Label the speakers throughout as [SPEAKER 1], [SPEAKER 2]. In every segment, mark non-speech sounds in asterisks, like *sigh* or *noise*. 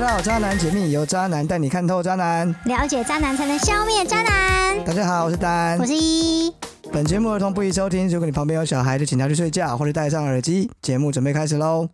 [SPEAKER 1] 到《渣男解密》，由渣男带你看透渣男。
[SPEAKER 2] 了解渣男才能消灭渣男。
[SPEAKER 1] 大家好，我是丹
[SPEAKER 2] 我。是一，
[SPEAKER 1] 本节目儿童不宜收听，如果你旁边有小孩，就请他去睡觉或者戴上耳机。节目准备开始喽！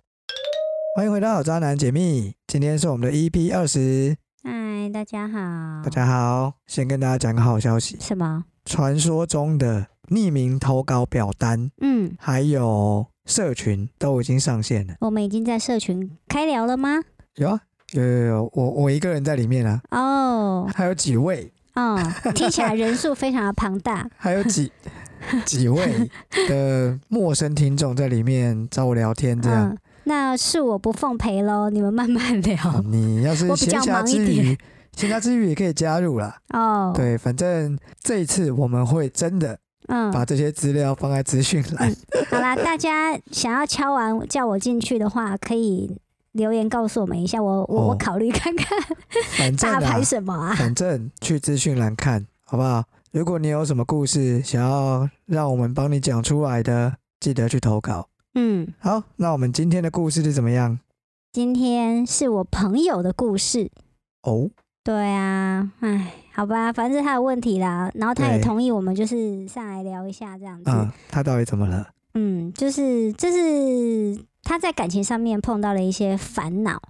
[SPEAKER 1] 欢迎回到《渣男解密》，今天是我们的 EP 二十。
[SPEAKER 2] 嗨，大家好。
[SPEAKER 1] 大家好，先跟大家讲个好消息，
[SPEAKER 2] 什么？
[SPEAKER 1] 传说中的匿名投稿表单
[SPEAKER 2] 嗯，
[SPEAKER 1] 还有社群都已经上线了。
[SPEAKER 2] 我们已经在社群开聊了吗？
[SPEAKER 1] 有啊，有有有，我我一个人在里面啊，
[SPEAKER 2] 哦，
[SPEAKER 1] 还有几位
[SPEAKER 2] 哦， *laughs* 听起来人数非常的庞大。
[SPEAKER 1] 还有几几位的陌生听众在里面找我聊天，这样、
[SPEAKER 2] 嗯，那是我不奉陪喽，你们慢慢
[SPEAKER 1] 啊
[SPEAKER 2] 聊。
[SPEAKER 1] 你要是
[SPEAKER 2] 嗯我比
[SPEAKER 1] 闲
[SPEAKER 2] 较
[SPEAKER 1] 暇
[SPEAKER 2] 忙一
[SPEAKER 1] 之余
[SPEAKER 2] 点，
[SPEAKER 1] 闲暇之余也可以加入啦。
[SPEAKER 2] 哦，，
[SPEAKER 1] 嗯对，反正这一次我们会真的
[SPEAKER 2] 嗯，
[SPEAKER 1] 把这些资料放在资讯栏。
[SPEAKER 2] 好啦，大家想要敲完叫我进去的话，可以留言告诉我们一下，我我、
[SPEAKER 1] 哦
[SPEAKER 2] 我考虑看看
[SPEAKER 1] 反正
[SPEAKER 2] 大
[SPEAKER 1] 啊
[SPEAKER 2] 牌，什么啊。
[SPEAKER 1] 反正去资讯栏看好不好？如果你有什么故事想要让我们帮你讲出来的，记得去投稿。
[SPEAKER 2] 嗯，
[SPEAKER 1] 好，那我们今天的故事是怎么样？
[SPEAKER 2] 今天是我朋友的故事。
[SPEAKER 1] 哦，
[SPEAKER 2] 对啊，唉，好吧，反正是他的问题啦。然后他也
[SPEAKER 1] 对
[SPEAKER 2] 同意我们就是上来聊一下这样子。
[SPEAKER 1] 嗯，他到底怎么了？
[SPEAKER 2] 嗯，就是这是他在感情上面碰到了一些烦恼，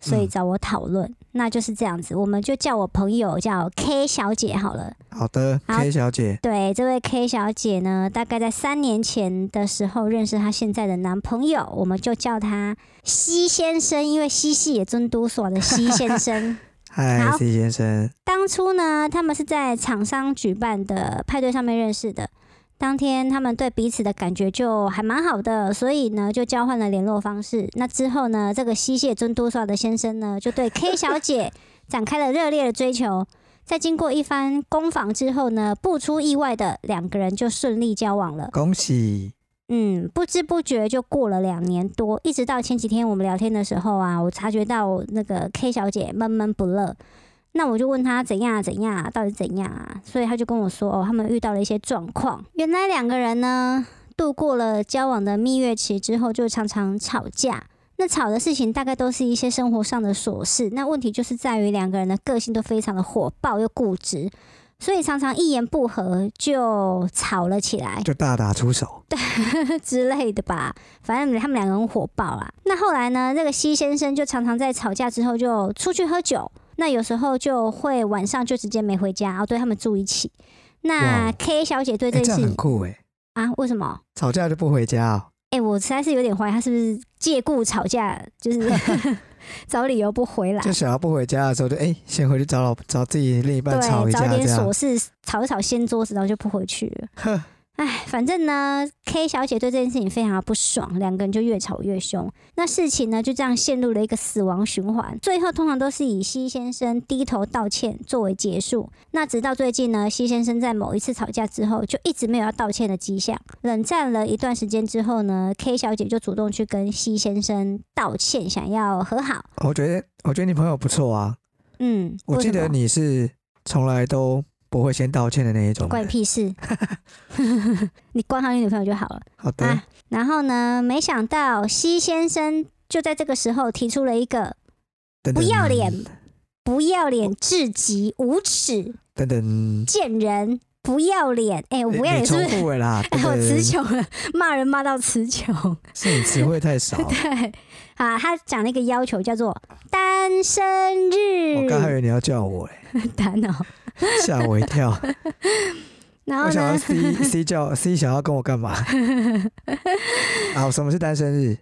[SPEAKER 2] 所以
[SPEAKER 1] 嗯
[SPEAKER 2] 找我讨论。那就是这样子，我们就叫我朋友叫 K 小姐好了。
[SPEAKER 1] 嗯好的
[SPEAKER 2] 好
[SPEAKER 1] ，K 小姐，
[SPEAKER 2] 对，这位 K 小姐呢，大概在三年前的时候认识她现在的男朋友，我们就叫他西先生，因为西系也尊都所的西先生。
[SPEAKER 1] 嗨
[SPEAKER 2] 好
[SPEAKER 1] ，C 先生，
[SPEAKER 2] 当初呢，他们是在厂商举办的派对上面认识的。当天他们对彼此的感觉就还蛮好的，所以呢就交换了联络方式。那之后呢，这个西谢尊多少的先生呢，就对 K 小姐展开了热烈的追求。在经过一番攻防之后呢，不出意外的两个人就顺利交往了。
[SPEAKER 1] 恭喜，
[SPEAKER 2] 嗯，不知不觉就过了两年多，一直到前几天我们聊天的时候啊，我察觉到我那个 K 小姐闷闷不乐，那我就问她怎样啊怎样啊，到底怎样啊？所以她就跟我说，哦，他们遇到了一些状况。原来两个人呢，度过了交往的蜜月期之后，就常常吵架。那吵的事情大概都是一些生活上的琐事，那问题就是在于两个人的个性都非常的火爆又固执，所以常常一言不合就吵了起来。
[SPEAKER 1] 就大打出手。
[SPEAKER 2] 之类的吧，反正他们两个很火爆啊。那后来呢，这个西先生就常常在吵架之后就出去喝酒，那有时候就会晚上就直接没回家，哦，对他们住一起。
[SPEAKER 1] 哇
[SPEAKER 2] 那
[SPEAKER 1] 哦
[SPEAKER 2] K 小姐对
[SPEAKER 1] 哎、
[SPEAKER 2] 这
[SPEAKER 1] 这
[SPEAKER 2] 件
[SPEAKER 1] 样
[SPEAKER 2] 事、
[SPEAKER 1] 很酷哎、
[SPEAKER 2] 啊，为什么？
[SPEAKER 1] 吵架就不回家哦。
[SPEAKER 2] 哎、我实在是有点怀疑他是不是借故吵架，就是 *laughs* 找理由不回来
[SPEAKER 1] 就。小孩不回家的时候就，哎，先回去找老找自己另一半
[SPEAKER 2] 对，
[SPEAKER 1] 吵一
[SPEAKER 2] 找
[SPEAKER 1] 架这
[SPEAKER 2] 点
[SPEAKER 1] 样
[SPEAKER 2] 琐。事吵一吵，掀桌子，然后就不回去
[SPEAKER 1] *laughs*
[SPEAKER 2] 了。
[SPEAKER 1] 呵，
[SPEAKER 2] 唉，反正呢，K 小姐对这件事情非常的不爽，两个人就越吵越凶。那事情呢就这样陷入了一个死亡循环，最后通常都是以西先生低头道歉作为结束。那直到最近呢，西先生在某一次吵架之后，就一直没有要道歉的迹象。冷战了一段时间之后呢，K 小姐就主动去跟西先生道歉，想要和好。
[SPEAKER 1] 我觉得我觉得你朋友不错啊。
[SPEAKER 2] 嗯，
[SPEAKER 1] 我
[SPEAKER 2] 为
[SPEAKER 1] 记
[SPEAKER 2] 什
[SPEAKER 1] 得
[SPEAKER 2] 么
[SPEAKER 1] 你是从来都不会先道歉的那一种。哎
[SPEAKER 2] 关你
[SPEAKER 1] *laughs*
[SPEAKER 2] 屁事，你管好你女朋友就好了。
[SPEAKER 1] 好的，
[SPEAKER 2] 啊然后呢，没想到西先生就在这个时候提出了一个
[SPEAKER 1] 等
[SPEAKER 2] 不
[SPEAKER 1] 等
[SPEAKER 2] 要脸，不要脸至极、无耻、
[SPEAKER 1] 等等，
[SPEAKER 2] 贱人、不要脸。哎、我
[SPEAKER 1] 你
[SPEAKER 2] 不要脸
[SPEAKER 1] 你
[SPEAKER 2] 是不
[SPEAKER 1] 重
[SPEAKER 2] 是？
[SPEAKER 1] 复了啦。
[SPEAKER 2] 哎， *laughs* 我
[SPEAKER 1] 等等
[SPEAKER 2] 词穷了，骂人骂到词穷。
[SPEAKER 1] 是你词汇太少。我
[SPEAKER 2] *laughs* 对，啊，他讲了一个要求叫做单身日
[SPEAKER 1] 刚还以为你要叫我嘞，
[SPEAKER 2] 单哦。
[SPEAKER 1] 吓我一跳。
[SPEAKER 2] 然
[SPEAKER 1] 我
[SPEAKER 2] 后
[SPEAKER 1] 想要
[SPEAKER 2] 呢，
[SPEAKER 1] C C 叫 C 想要跟我干
[SPEAKER 2] *laughs*
[SPEAKER 1] 嘛？啊，什么是单身日？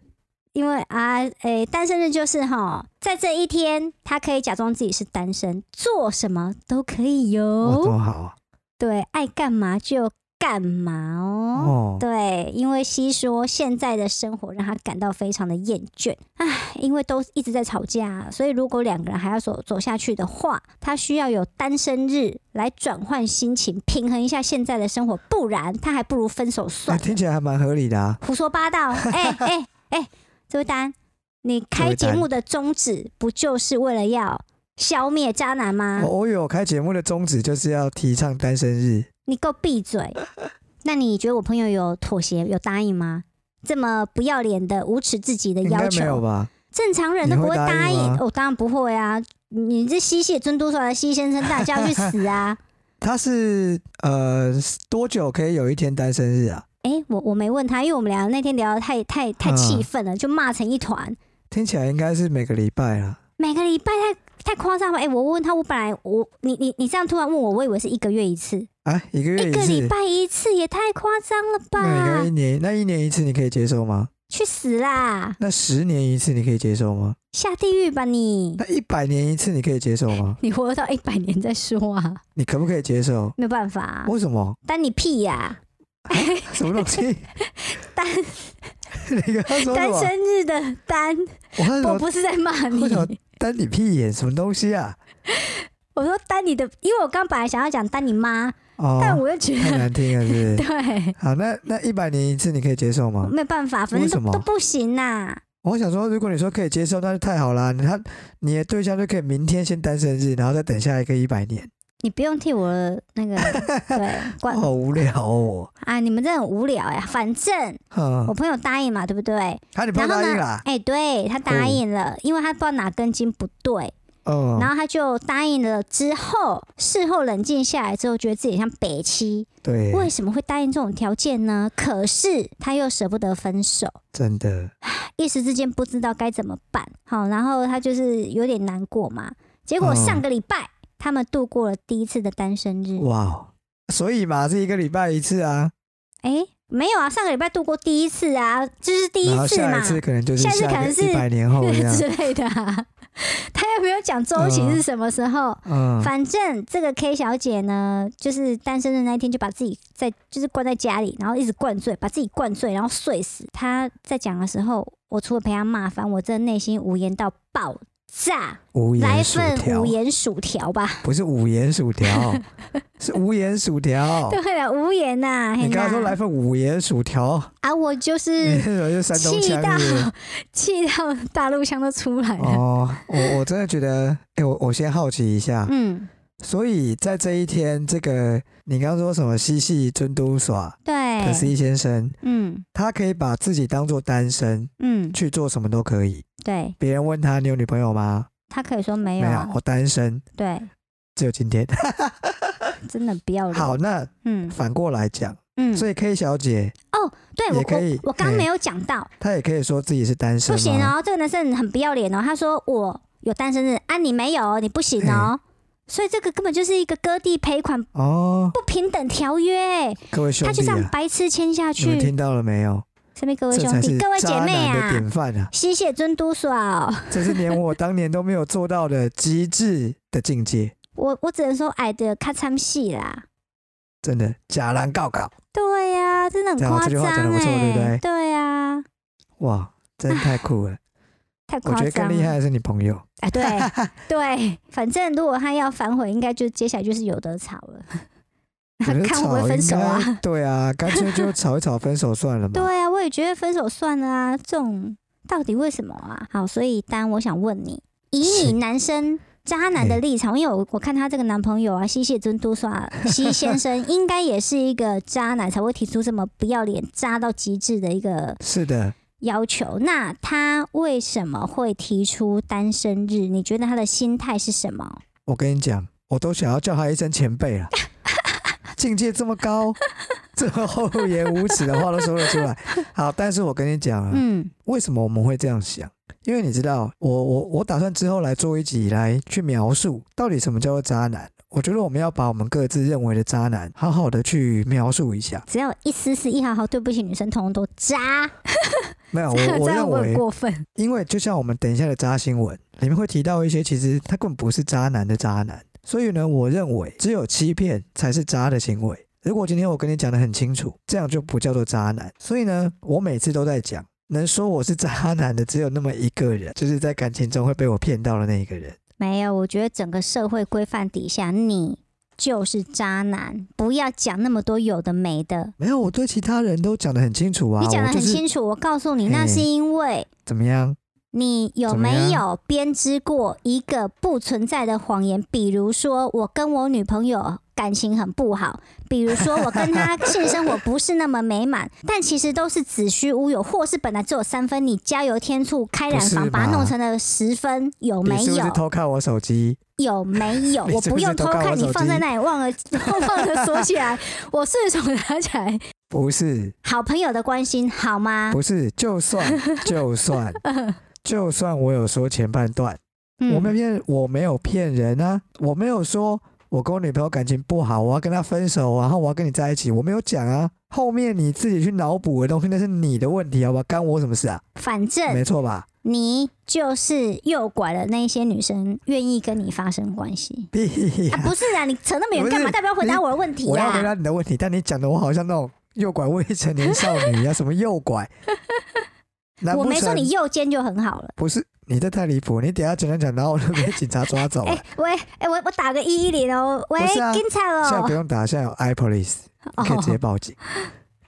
[SPEAKER 2] 因为啊，哎、单身日就是哈，在这一天，他可以假装自己是单身，做什么都可以哟。
[SPEAKER 1] 哇，多好啊！
[SPEAKER 2] 对，爱干嘛就干嘛哦。
[SPEAKER 1] 哦，
[SPEAKER 2] 对，因为西说现在的生活让他感到非常的厌倦，唉，因为都一直在吵架，所以如果两个人还要走走下去的话，他需要有单身日来转换心情，平衡一下现在的生活，不然他还不如分手
[SPEAKER 1] 那
[SPEAKER 2] 算了。
[SPEAKER 1] 哎听起来还蛮合理的啊。
[SPEAKER 2] 胡说
[SPEAKER 1] *laughs*
[SPEAKER 2] 八道！哎哎哎，这位丹，你开节目的宗旨不就是为了要消灭渣男吗？
[SPEAKER 1] 我我有开节目的宗旨就是要提倡单身日。
[SPEAKER 2] 你给我闭
[SPEAKER 1] *laughs*
[SPEAKER 2] 嘴！那你觉得我朋友有妥协、有答应吗？这么不要脸的、无耻至极的
[SPEAKER 1] 应该
[SPEAKER 2] 要
[SPEAKER 1] 没有
[SPEAKER 2] 求，
[SPEAKER 1] 吧？
[SPEAKER 2] 正常人都
[SPEAKER 1] 你
[SPEAKER 2] 不
[SPEAKER 1] 会
[SPEAKER 2] 会
[SPEAKER 1] 答
[SPEAKER 2] 答
[SPEAKER 1] 应
[SPEAKER 2] 应。
[SPEAKER 1] 吗
[SPEAKER 2] 我、当然不会啊！你这吸血尊嘟出来的吸先生，大家要去
[SPEAKER 1] *laughs*
[SPEAKER 2] 死啊！
[SPEAKER 1] 他是呃多久可以有一天单身日啊？
[SPEAKER 2] 哎、我我没问他，因为我们俩那天聊的太太太
[SPEAKER 1] 嗯
[SPEAKER 2] 气愤了，就骂成一团。
[SPEAKER 1] 听起来应该是每个礼拜啦。
[SPEAKER 2] 每个礼拜太太夸张了。哎、我问他，我本来我你你你这样突然问我，我以为是一个月一次，
[SPEAKER 1] 啊，一个月
[SPEAKER 2] 一
[SPEAKER 1] 一
[SPEAKER 2] 个礼
[SPEAKER 1] 次，
[SPEAKER 2] 拜一次也太夸张了
[SPEAKER 1] 那你
[SPEAKER 2] 吧
[SPEAKER 1] 跟一！年，那一年一次你可以接受吗？
[SPEAKER 2] 去死啦！
[SPEAKER 1] 那十年一次你可以接受吗？
[SPEAKER 2] 下地狱吧你！
[SPEAKER 1] 那一百年一次你可以接受吗？
[SPEAKER 2] 你活到一百年再说啊，
[SPEAKER 1] 你可不可以接受？
[SPEAKER 2] 没有办法、啊，
[SPEAKER 1] 为什么？
[SPEAKER 2] 担你屁呀、
[SPEAKER 1] 什么东西？
[SPEAKER 2] *laughs* 单
[SPEAKER 1] *laughs* 你刚刚说什
[SPEAKER 2] 单
[SPEAKER 1] 么？
[SPEAKER 2] 生日的单，
[SPEAKER 1] 我看什
[SPEAKER 2] 我
[SPEAKER 1] 么
[SPEAKER 2] 不是在骂你
[SPEAKER 1] 为，什么单你屁眼什么东西啊？
[SPEAKER 2] 我说担你的，因为我刚本来想要讲担你妈，但
[SPEAKER 1] 哦，
[SPEAKER 2] 我又觉
[SPEAKER 1] 太
[SPEAKER 2] 得
[SPEAKER 1] 难听了，是不是？
[SPEAKER 2] *laughs* 对，
[SPEAKER 1] 好，那那一百年一次你可以接受吗？
[SPEAKER 2] 没有办法，反
[SPEAKER 1] 哦为
[SPEAKER 2] 正
[SPEAKER 1] 什么
[SPEAKER 2] 都都不行啊呐、
[SPEAKER 1] 我想说，如果你说可以接受，那就太好啦。你他你的对象就可以明天先单身日，然后再等下一个一百年，
[SPEAKER 2] 你不用替我的
[SPEAKER 1] *laughs*
[SPEAKER 2] 那个对管
[SPEAKER 1] 好无聊哦。
[SPEAKER 2] 啊，你们真的很无聊呀、反正
[SPEAKER 1] 嗯
[SPEAKER 2] 我，朋友答应嘛，对不对？
[SPEAKER 1] 好，你不要
[SPEAKER 2] 然后
[SPEAKER 1] 答应
[SPEAKER 2] 呢
[SPEAKER 1] 啦，。
[SPEAKER 2] 哎、对他
[SPEAKER 1] 哦
[SPEAKER 2] 答应了，因为他不知道哪根筋不对，
[SPEAKER 1] 嗯
[SPEAKER 2] 然，后他就答应了。之后事后冷静下来之后，觉得自己很像北七，
[SPEAKER 1] 对，
[SPEAKER 2] 为什么会答应这种条件呢？可是他又舍不得分手。
[SPEAKER 1] 真的，
[SPEAKER 2] 一时之间不知道该怎么办。好，然后他就是有点难过嘛。结
[SPEAKER 1] 哦
[SPEAKER 2] 果上个礼拜、他们度过了第一次的单身日。
[SPEAKER 1] 哇哦，所以嘛是一个礼拜一次啊，
[SPEAKER 2] 哎，没有啊，上个礼拜度过第一次啊，这、是第
[SPEAKER 1] 然后
[SPEAKER 2] 次
[SPEAKER 1] 下
[SPEAKER 2] 嘛
[SPEAKER 1] 一，次可能就是
[SPEAKER 2] 下一次可能 *laughs* 是
[SPEAKER 1] 一百年后这样，
[SPEAKER 2] 之类的、啊。他又没有讲周期是什么时候。
[SPEAKER 1] 嗯，
[SPEAKER 2] 反正这个 K 小姐呢，就是单身的那一天，就把自己在就是关在家里，然后一直灌醉，把自己灌醉，然后睡死。她在讲的时候，我除了被她骂翻，我真的内心无言到爆炸。
[SPEAKER 1] 无
[SPEAKER 2] 来
[SPEAKER 1] 盐薯
[SPEAKER 2] 份
[SPEAKER 1] 条
[SPEAKER 2] 无，盐薯条吧。
[SPEAKER 1] 不是五盐薯
[SPEAKER 2] *laughs*
[SPEAKER 1] 条，是无盐薯条。
[SPEAKER 2] 对了，无盐呐、嘿
[SPEAKER 1] 你
[SPEAKER 2] 呐
[SPEAKER 1] 刚刚说来份五盐薯条，
[SPEAKER 2] 啊，我就
[SPEAKER 1] 你
[SPEAKER 2] 是
[SPEAKER 1] 那时候就山东
[SPEAKER 2] 气到
[SPEAKER 1] 腔是不是
[SPEAKER 2] 气到大陆腔都出来了。
[SPEAKER 1] 哦，我我真的觉得，哎、我我先好奇一下，
[SPEAKER 2] 嗯，
[SPEAKER 1] 所以在这一天，这个你刚刚说什么嬉戏尊都耍
[SPEAKER 2] 对
[SPEAKER 1] 可，思先生，
[SPEAKER 2] 嗯
[SPEAKER 1] 他可以把自己当做单身
[SPEAKER 2] 嗯，
[SPEAKER 1] 去做什么都可以。
[SPEAKER 2] 对
[SPEAKER 1] 别人问他你有女朋友吗？
[SPEAKER 2] 他可以说没
[SPEAKER 1] 没
[SPEAKER 2] 有啊，
[SPEAKER 1] 我单身，
[SPEAKER 2] 对，
[SPEAKER 1] 只有今天。
[SPEAKER 2] 真的不要
[SPEAKER 1] *laughs*
[SPEAKER 2] 脸。
[SPEAKER 1] 好，那
[SPEAKER 2] 嗯
[SPEAKER 1] 反过来讲，
[SPEAKER 2] 嗯，
[SPEAKER 1] 所以 K 小姐
[SPEAKER 2] 哦，对
[SPEAKER 1] 也
[SPEAKER 2] 我
[SPEAKER 1] 可以
[SPEAKER 2] 我我刚
[SPEAKER 1] 嘿
[SPEAKER 2] 没有讲到，
[SPEAKER 1] 她也可以说自己是单身
[SPEAKER 2] 不
[SPEAKER 1] 吗，
[SPEAKER 2] 行哦，这个男生很不要脸哦，他说我有单身日啊，你没有，你不行哦。所以这个根本就是一个割地赔款
[SPEAKER 1] 哦，
[SPEAKER 2] 不平等条约，
[SPEAKER 1] 各位兄
[SPEAKER 2] 他就
[SPEAKER 1] 弟
[SPEAKER 2] 这样
[SPEAKER 1] 啊，
[SPEAKER 2] 白痴签下
[SPEAKER 1] 你们
[SPEAKER 2] 去。
[SPEAKER 1] 听到了没有？
[SPEAKER 2] 身边各位
[SPEAKER 1] 这
[SPEAKER 2] 兄
[SPEAKER 1] 才
[SPEAKER 2] 弟、
[SPEAKER 1] 是
[SPEAKER 2] 各位姐
[SPEAKER 1] 渣
[SPEAKER 2] 妹
[SPEAKER 1] 男的
[SPEAKER 2] 啊，
[SPEAKER 1] 典范啊！
[SPEAKER 2] 吸血尊嘟爽！
[SPEAKER 1] 这是连我当年都没有做到的极致的境界，
[SPEAKER 2] 我我只能说哎矮的咔嚓戏啦。
[SPEAKER 1] 真的假兰告告
[SPEAKER 2] 对呀、真的很
[SPEAKER 1] 这样
[SPEAKER 2] 夸
[SPEAKER 1] 这句
[SPEAKER 2] 张
[SPEAKER 1] 话讲得不错对不对
[SPEAKER 2] 哎、对呀、
[SPEAKER 1] 哇，真太酷
[SPEAKER 2] *laughs*
[SPEAKER 1] 了！
[SPEAKER 2] 太
[SPEAKER 1] 我
[SPEAKER 2] 夸
[SPEAKER 1] 觉得
[SPEAKER 2] 张
[SPEAKER 1] 更厉害
[SPEAKER 2] 了。
[SPEAKER 1] 的是你朋友，*laughs*
[SPEAKER 2] 哎，对对，反正如果他要反悔，应该就接下来就是有得吵了。
[SPEAKER 1] 我觉得
[SPEAKER 2] 看会不
[SPEAKER 1] 吵
[SPEAKER 2] 会分
[SPEAKER 1] 应
[SPEAKER 2] 手啊
[SPEAKER 1] 该对啊，干脆就吵一吵分手算了
[SPEAKER 2] *laughs*
[SPEAKER 1] 嘛。
[SPEAKER 2] 对啊，我也觉得分手算了啊，这种到底为什么啊？好，所以丹，我想问你，以你
[SPEAKER 1] 是
[SPEAKER 2] 男生渣男的
[SPEAKER 1] 嘿
[SPEAKER 2] 立场，因为我我看他这个男朋友啊，西谢尊多耍
[SPEAKER 1] *laughs*
[SPEAKER 2] 西先生，应该也是一个渣男，才会提出这么不要脸、渣到极致的一个
[SPEAKER 1] 是的，
[SPEAKER 2] 要求。那他为什么会提出单身日？你觉得他的心态是什么？
[SPEAKER 1] 我跟你讲，我都想要叫他一声前辈
[SPEAKER 2] *laughs*
[SPEAKER 1] 了，境界这么高，这么厚颜无耻的话都说得出来。好，但是我跟你讲啊，
[SPEAKER 2] 嗯
[SPEAKER 1] 为什么我们会这样想？因为你知道，我我我打算之后来做一集来去描述到底什么叫做渣男。我觉得我们要把我们各自认为的渣男好好的去描述一下。
[SPEAKER 2] 只要有一丝丝一毫毫对不起女生，通通都渣。
[SPEAKER 1] 没有，我
[SPEAKER 2] *laughs* 这样
[SPEAKER 1] 我
[SPEAKER 2] 这样
[SPEAKER 1] 认
[SPEAKER 2] 我很
[SPEAKER 1] 为，
[SPEAKER 2] 过分。
[SPEAKER 1] 因为就像我们等一下的渣新闻里面会提到一些，其实他根本不是渣男的渣男。所以呢，我认为只有欺骗才是渣的行为。如果今天我跟你讲的很清楚，这样就不叫做渣男。所以呢，我每次都在讲，能说我是渣男的只有那么一个人，就是在感情中会被我骗到的那一个人。
[SPEAKER 2] 没有，我觉得整个社会规范底下，你就是渣男，不要讲那么多有的没的。
[SPEAKER 1] 没有，我对其他人都讲得很清楚啊。
[SPEAKER 2] 你讲的
[SPEAKER 1] 我就
[SPEAKER 2] 很
[SPEAKER 1] 是
[SPEAKER 2] 清楚，我告诉你，那
[SPEAKER 1] 嘿
[SPEAKER 2] 是因为
[SPEAKER 1] 怎么样？
[SPEAKER 2] 你有
[SPEAKER 1] 怎么样
[SPEAKER 2] 没有编织过一个不存在的谎言？比如说，我跟我女朋友。感情很不好，比如说我跟
[SPEAKER 1] *laughs*
[SPEAKER 2] 他性生活不是那么美满，但其实都是子虚乌有，或是本来只有三分，你加油添醋开染
[SPEAKER 1] 不是
[SPEAKER 2] 房把它
[SPEAKER 1] 嘛
[SPEAKER 2] 弄成了十分，有没
[SPEAKER 1] 你是不是
[SPEAKER 2] 有？
[SPEAKER 1] 偷看我手机？
[SPEAKER 2] 有没
[SPEAKER 1] *laughs*
[SPEAKER 2] 有？
[SPEAKER 1] 你
[SPEAKER 2] 我
[SPEAKER 1] 是不
[SPEAKER 2] 不
[SPEAKER 1] 是
[SPEAKER 2] 用
[SPEAKER 1] 偷
[SPEAKER 2] 偷
[SPEAKER 1] 看我
[SPEAKER 2] 看，你
[SPEAKER 1] 手
[SPEAKER 2] 放在
[SPEAKER 1] 机
[SPEAKER 2] 那里忘了 *laughs* 忘了锁起来，我顺手拿起来。
[SPEAKER 1] 不是，
[SPEAKER 2] 好朋友的关心好吗？
[SPEAKER 1] 不是，就算就
[SPEAKER 2] *laughs*
[SPEAKER 1] 算就算我有说前半段，
[SPEAKER 2] 嗯
[SPEAKER 1] 我没有骗，我没有骗人啊，我没有说我跟我女朋友感情不好，我要跟她分手，啊然后我要跟你在一起，我没有讲啊。后面你自己去脑补的东西，那是你的问题，好吧？干我什么事啊？
[SPEAKER 2] 反正
[SPEAKER 1] 没错吧？ *laughs*
[SPEAKER 2] 你就是诱拐了那些女生，愿意跟你发生关系。
[SPEAKER 1] *laughs* 屁
[SPEAKER 2] 啊，不是啊，你扯那
[SPEAKER 1] 不
[SPEAKER 2] 么远
[SPEAKER 1] 是
[SPEAKER 2] 干嘛？代表回答我的问题
[SPEAKER 1] 我要回
[SPEAKER 2] 啊？
[SPEAKER 1] 答你的问题，但你讲的我好像那种诱拐未成年少女啊，什么诱
[SPEAKER 2] *laughs*
[SPEAKER 1] 拐？难
[SPEAKER 2] 我
[SPEAKER 1] 不
[SPEAKER 2] 没说
[SPEAKER 1] 成
[SPEAKER 2] 你右肩就很好了。
[SPEAKER 1] 不是？你这太离谱！你等一下讲讲讲，然后我就被警察抓走
[SPEAKER 2] 哎、
[SPEAKER 1] 了。
[SPEAKER 2] 喂，哎、我我打个一一零哦，喂，
[SPEAKER 1] 不是啊
[SPEAKER 2] 警察
[SPEAKER 1] 现在
[SPEAKER 2] 哦
[SPEAKER 1] 不，用打，现在有 iPolice，你可以直接报警。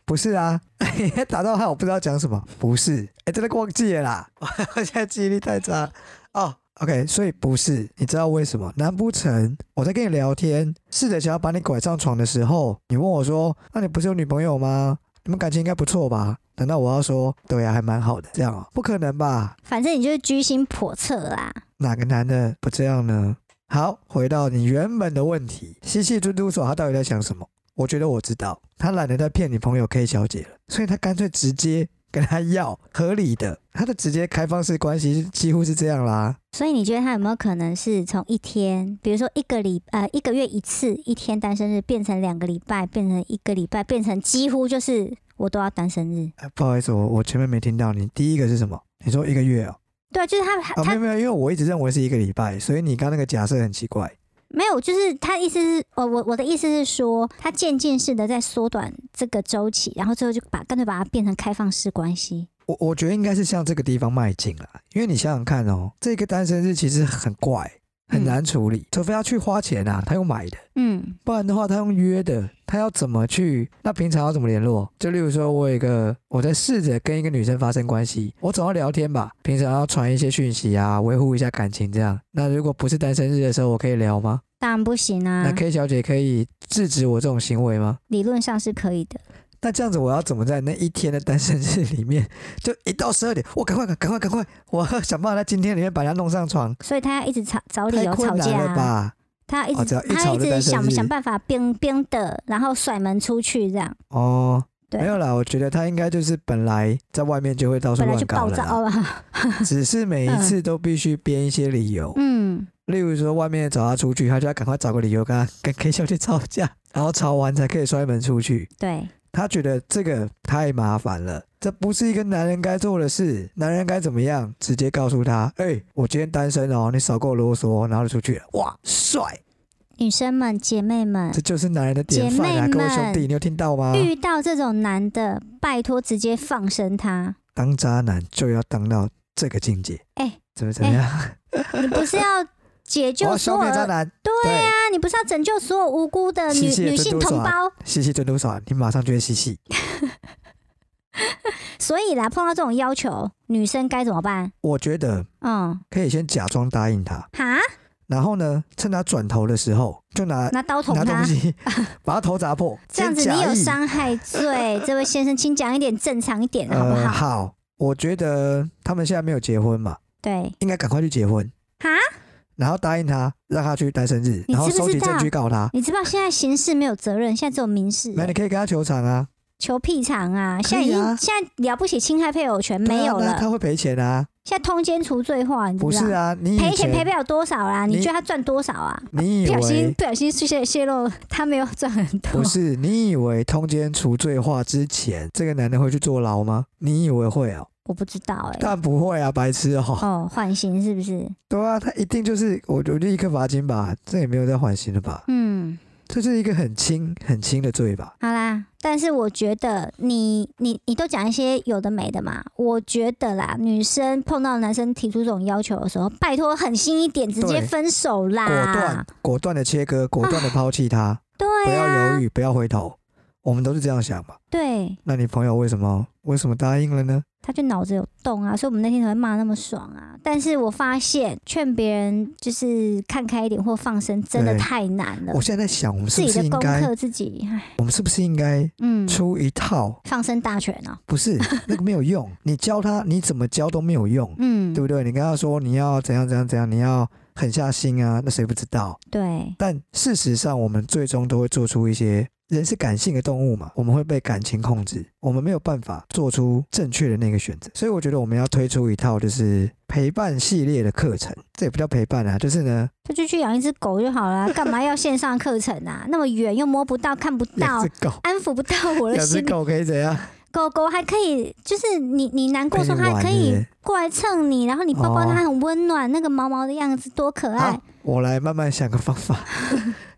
[SPEAKER 1] 不是啊， *laughs* 打到害我不知道讲什么。不是，哎、真的忘记了啦， *laughs* 我现在记忆力太差了。哦，OK，所以不是，你知道为什么？难不成我在跟你聊天，试着想要把你拐上床的时候，你问我说：“那你不是有女朋友吗？你们感情应该不错吧？”难道我要说：“对啊，还蛮好的。”这样、哦，不可能吧？
[SPEAKER 2] 反正你就是居心叵测啊啦。
[SPEAKER 1] 哪个男的不这样呢？好，回到你原本的问题，西西尊都所他到底在想什么？我觉得我知道，他懒得再骗你朋友 K 小姐了，所以他干脆直接跟他要合理的，他的直接开放式关系几乎是这样啦。
[SPEAKER 2] 所以你觉得他有没有可能是从一天，比如说一个礼呃一个月一次，一天单身日变成两个礼拜，变成一个礼拜，变成几乎就是我都要单身日？
[SPEAKER 1] 呃不好意思，我我前面没听到你第一个是什么？你说一个月哦、
[SPEAKER 2] 对啊，就是他他
[SPEAKER 1] 啊，没
[SPEAKER 2] 他
[SPEAKER 1] 有没有，因为我一直认为是一个礼拜，所以你刚那个假设很奇怪。
[SPEAKER 2] 没有，就是他意思是，我我我的意思是说，他渐进式的在缩短这个周期，然后最后就把干脆把它变成开放式关系。
[SPEAKER 1] 我我觉得应该是向这个地方迈进啦，因为你想想看哦，这个单身日其实很怪，很难处理，除非他去花钱啊，他用买的，
[SPEAKER 2] 嗯，
[SPEAKER 1] 不然的话他用约的，他要怎么去？那平常要怎么联络？就例如说，我有一个我在试着跟一个女生发生关系，我总要聊天吧，平常要传一些讯息啊，维护一下感情这样。那如果不是单身日的时候，我可以聊吗？
[SPEAKER 2] 当然不行
[SPEAKER 1] 那
[SPEAKER 2] 啊，
[SPEAKER 1] K 小姐可以制止我这种行为吗？
[SPEAKER 2] 理论上是可以的。
[SPEAKER 1] 那这样子，我要怎么在那一天的单身日里面， *laughs* 就一到十二点，我赶快赶赶快赶快，我要想办法在今天里面把她弄上床，
[SPEAKER 2] 所以他要一直吵找哦理
[SPEAKER 1] 太
[SPEAKER 2] 由吵
[SPEAKER 1] 困
[SPEAKER 2] 架、
[SPEAKER 1] 难了
[SPEAKER 2] 啊，
[SPEAKER 1] 吧？
[SPEAKER 2] 他要一
[SPEAKER 1] 哦只
[SPEAKER 2] 直、
[SPEAKER 1] 要一
[SPEAKER 2] 他
[SPEAKER 1] 吵
[SPEAKER 2] 要一
[SPEAKER 1] 就单
[SPEAKER 2] 直
[SPEAKER 1] 身
[SPEAKER 2] 想
[SPEAKER 1] 日
[SPEAKER 2] 想办法冰冰的，然后甩门出去这样。
[SPEAKER 1] 哦，
[SPEAKER 2] 对
[SPEAKER 1] 没有啦，我觉得她应该就是本来在外面就会到处
[SPEAKER 2] 本来
[SPEAKER 1] 乱
[SPEAKER 2] 就
[SPEAKER 1] 搞
[SPEAKER 2] 暴
[SPEAKER 1] 了
[SPEAKER 2] 躁
[SPEAKER 1] 啦，
[SPEAKER 2] 哦， *laughs*
[SPEAKER 1] 只是每一次都必须编一些理由，
[SPEAKER 2] 嗯，
[SPEAKER 1] 例如说外面找她出去，她就要赶快找个理由跟她跟 K 小姐吵
[SPEAKER 2] *laughs*
[SPEAKER 1] 架，然后吵完才可以摔门出去。
[SPEAKER 2] 对，
[SPEAKER 1] 他觉得这个太麻烦了，这不是一个男人该做的事。男人该怎么样？直接告诉他：“哎、我今天单身哦，你少跟我啰嗦。”然后就出去了。哇，帅！
[SPEAKER 2] 女生们姐妹们
[SPEAKER 1] 这就是男人的典范啊！
[SPEAKER 2] 姐妹们嗯
[SPEAKER 1] 各位兄弟，你有听到吗？
[SPEAKER 2] 遇到这种男的，拜托直接放生他。
[SPEAKER 1] 当渣男就要当到这个境界。
[SPEAKER 2] 哎
[SPEAKER 1] 怎么怎么样？
[SPEAKER 2] 你不是要
[SPEAKER 1] *laughs*
[SPEAKER 2] 解
[SPEAKER 1] 我
[SPEAKER 2] 救
[SPEAKER 1] 要消
[SPEAKER 2] 所
[SPEAKER 1] 灭
[SPEAKER 2] 有
[SPEAKER 1] 渣
[SPEAKER 2] 的？
[SPEAKER 1] 男。
[SPEAKER 2] 对
[SPEAKER 1] 对，
[SPEAKER 2] 啊，你不是要拯救所有无辜的女
[SPEAKER 1] 谢谢
[SPEAKER 2] 女
[SPEAKER 1] 珍
[SPEAKER 2] 性
[SPEAKER 1] 珠
[SPEAKER 2] 同
[SPEAKER 1] 爪
[SPEAKER 2] 胞？
[SPEAKER 1] 西西尊嘟耍，你马上就会西西。
[SPEAKER 2] 所以啦，碰到这种要求，女生该怎么办？
[SPEAKER 1] 我觉得
[SPEAKER 2] 嗯，
[SPEAKER 1] 可以先假装答应他，
[SPEAKER 2] 哈，
[SPEAKER 1] 然后呢，趁他转头的时候，就拿
[SPEAKER 2] 拿刀捅
[SPEAKER 1] 拿
[SPEAKER 2] 他
[SPEAKER 1] 东，
[SPEAKER 2] *laughs*
[SPEAKER 1] 西把他头砸破。
[SPEAKER 2] 这样子
[SPEAKER 1] 先
[SPEAKER 2] 你
[SPEAKER 1] 假
[SPEAKER 2] 有
[SPEAKER 1] 意
[SPEAKER 2] 伤害罪。
[SPEAKER 1] *laughs*
[SPEAKER 2] 这位先生，请讲一点正常一点好不
[SPEAKER 1] 呃，
[SPEAKER 2] 好？
[SPEAKER 1] 好，我觉得他们现在没有结婚嘛，
[SPEAKER 2] 对，
[SPEAKER 1] 应该赶快去结婚，
[SPEAKER 2] 哈，
[SPEAKER 1] 然后答应他让他去单身日，
[SPEAKER 2] 你
[SPEAKER 1] 然后
[SPEAKER 2] 知
[SPEAKER 1] 收
[SPEAKER 2] 不知
[SPEAKER 1] 集证
[SPEAKER 2] 道
[SPEAKER 1] 据告他。
[SPEAKER 2] 你知不知道现在刑事没有责任，现在只有民事、
[SPEAKER 1] 那你可以跟他求偿啊，
[SPEAKER 2] 求屁偿啊！
[SPEAKER 1] 可
[SPEAKER 2] 现在已
[SPEAKER 1] 以
[SPEAKER 2] 经、
[SPEAKER 1] 啊
[SPEAKER 2] 现在了不起侵害配偶权
[SPEAKER 1] 对啊
[SPEAKER 2] 没有
[SPEAKER 1] 那
[SPEAKER 2] 了，
[SPEAKER 1] 他会赔钱啊，
[SPEAKER 2] 现在通奸除罪化，你知
[SPEAKER 1] 不
[SPEAKER 2] 知道？
[SPEAKER 1] 是啊，你以
[SPEAKER 2] 赔
[SPEAKER 1] 前
[SPEAKER 2] 钱赔不了多少啦，
[SPEAKER 1] 你
[SPEAKER 2] 你觉得他赚多少啊？
[SPEAKER 1] 你以
[SPEAKER 2] 不小心
[SPEAKER 1] 为
[SPEAKER 2] 不小心泄泄露，他没有赚很多
[SPEAKER 1] 不。是？你以为通奸除罪化之前，这个男的会去坐牢吗？你以为会哦？
[SPEAKER 2] 我不知道哎、
[SPEAKER 1] 但不会啊，白痴哦。
[SPEAKER 2] 哦，缓刑是不是？
[SPEAKER 1] 对啊，他一定就是我，我就一颗罚金吧，这也没有在缓刑了吧？
[SPEAKER 2] 嗯，
[SPEAKER 1] 这是一个很轻很轻的罪吧？
[SPEAKER 2] 好啦。但是我觉得你你你都讲一些有的没的嘛。我觉得啦，女生碰到男生提出这种要求的时候，拜托狠心一点，直接
[SPEAKER 1] 对
[SPEAKER 2] 分手
[SPEAKER 1] 果断
[SPEAKER 2] 啦。
[SPEAKER 1] 果断的切割，果断的抛弃他。
[SPEAKER 2] 对
[SPEAKER 1] 不要
[SPEAKER 2] 啊
[SPEAKER 1] 犹，豫，不要回头。我们都是这样想嘛。
[SPEAKER 2] 对，
[SPEAKER 1] 那你朋友为什么为什么答应了呢？
[SPEAKER 2] 他就脑子有洞啊，所以我们那天才会骂那么爽啊。但是我发现劝别人就是看开一点或放生，真的
[SPEAKER 1] 对
[SPEAKER 2] 太难了
[SPEAKER 1] 我。现在在想，我们是
[SPEAKER 2] 自
[SPEAKER 1] 不
[SPEAKER 2] 己
[SPEAKER 1] 是
[SPEAKER 2] 的
[SPEAKER 1] 应
[SPEAKER 2] 功
[SPEAKER 1] 该，
[SPEAKER 2] 课自己，唉，
[SPEAKER 1] 我们是不是应该
[SPEAKER 2] 嗯，
[SPEAKER 1] 出一套？
[SPEAKER 2] 放生大全哦，
[SPEAKER 1] 不
[SPEAKER 2] *laughs*
[SPEAKER 1] 是那个没有用，你教他你怎么教都没有用，
[SPEAKER 2] 嗯，
[SPEAKER 1] 对不对？你跟他说你要怎样怎样怎样，你要狠下心啊，那谁不知道？
[SPEAKER 2] 对
[SPEAKER 1] 但事实上，我们最终都会做出一些。人是感性的动物嘛，我们会被感情控制，我们没有办法做出正确的那个选择，所以我觉得我们要推出一套就是陪伴系列的课程，这也不叫陪伴啊，就是呢
[SPEAKER 2] 他就去养一只狗就
[SPEAKER 1] *laughs*
[SPEAKER 2] 好了，干嘛要线上课程啊？那么远又摸不到、看不
[SPEAKER 1] 养
[SPEAKER 2] 到
[SPEAKER 1] 只，狗，
[SPEAKER 2] 安抚不到我的
[SPEAKER 1] 养只
[SPEAKER 2] 心。
[SPEAKER 1] 狗可以怎样？
[SPEAKER 2] 狗狗还可以，就是你你难过的时候，
[SPEAKER 1] 陪你
[SPEAKER 2] 它
[SPEAKER 1] 玩
[SPEAKER 2] 还
[SPEAKER 1] 是
[SPEAKER 2] 可
[SPEAKER 1] 不
[SPEAKER 2] 以
[SPEAKER 1] 是
[SPEAKER 2] 过来蹭你，然后你抱抱
[SPEAKER 1] 哦
[SPEAKER 2] 它，很温暖，那个毛毛的样子多可爱
[SPEAKER 1] 好。，我来慢慢想个方
[SPEAKER 2] *laughs*
[SPEAKER 1] 法，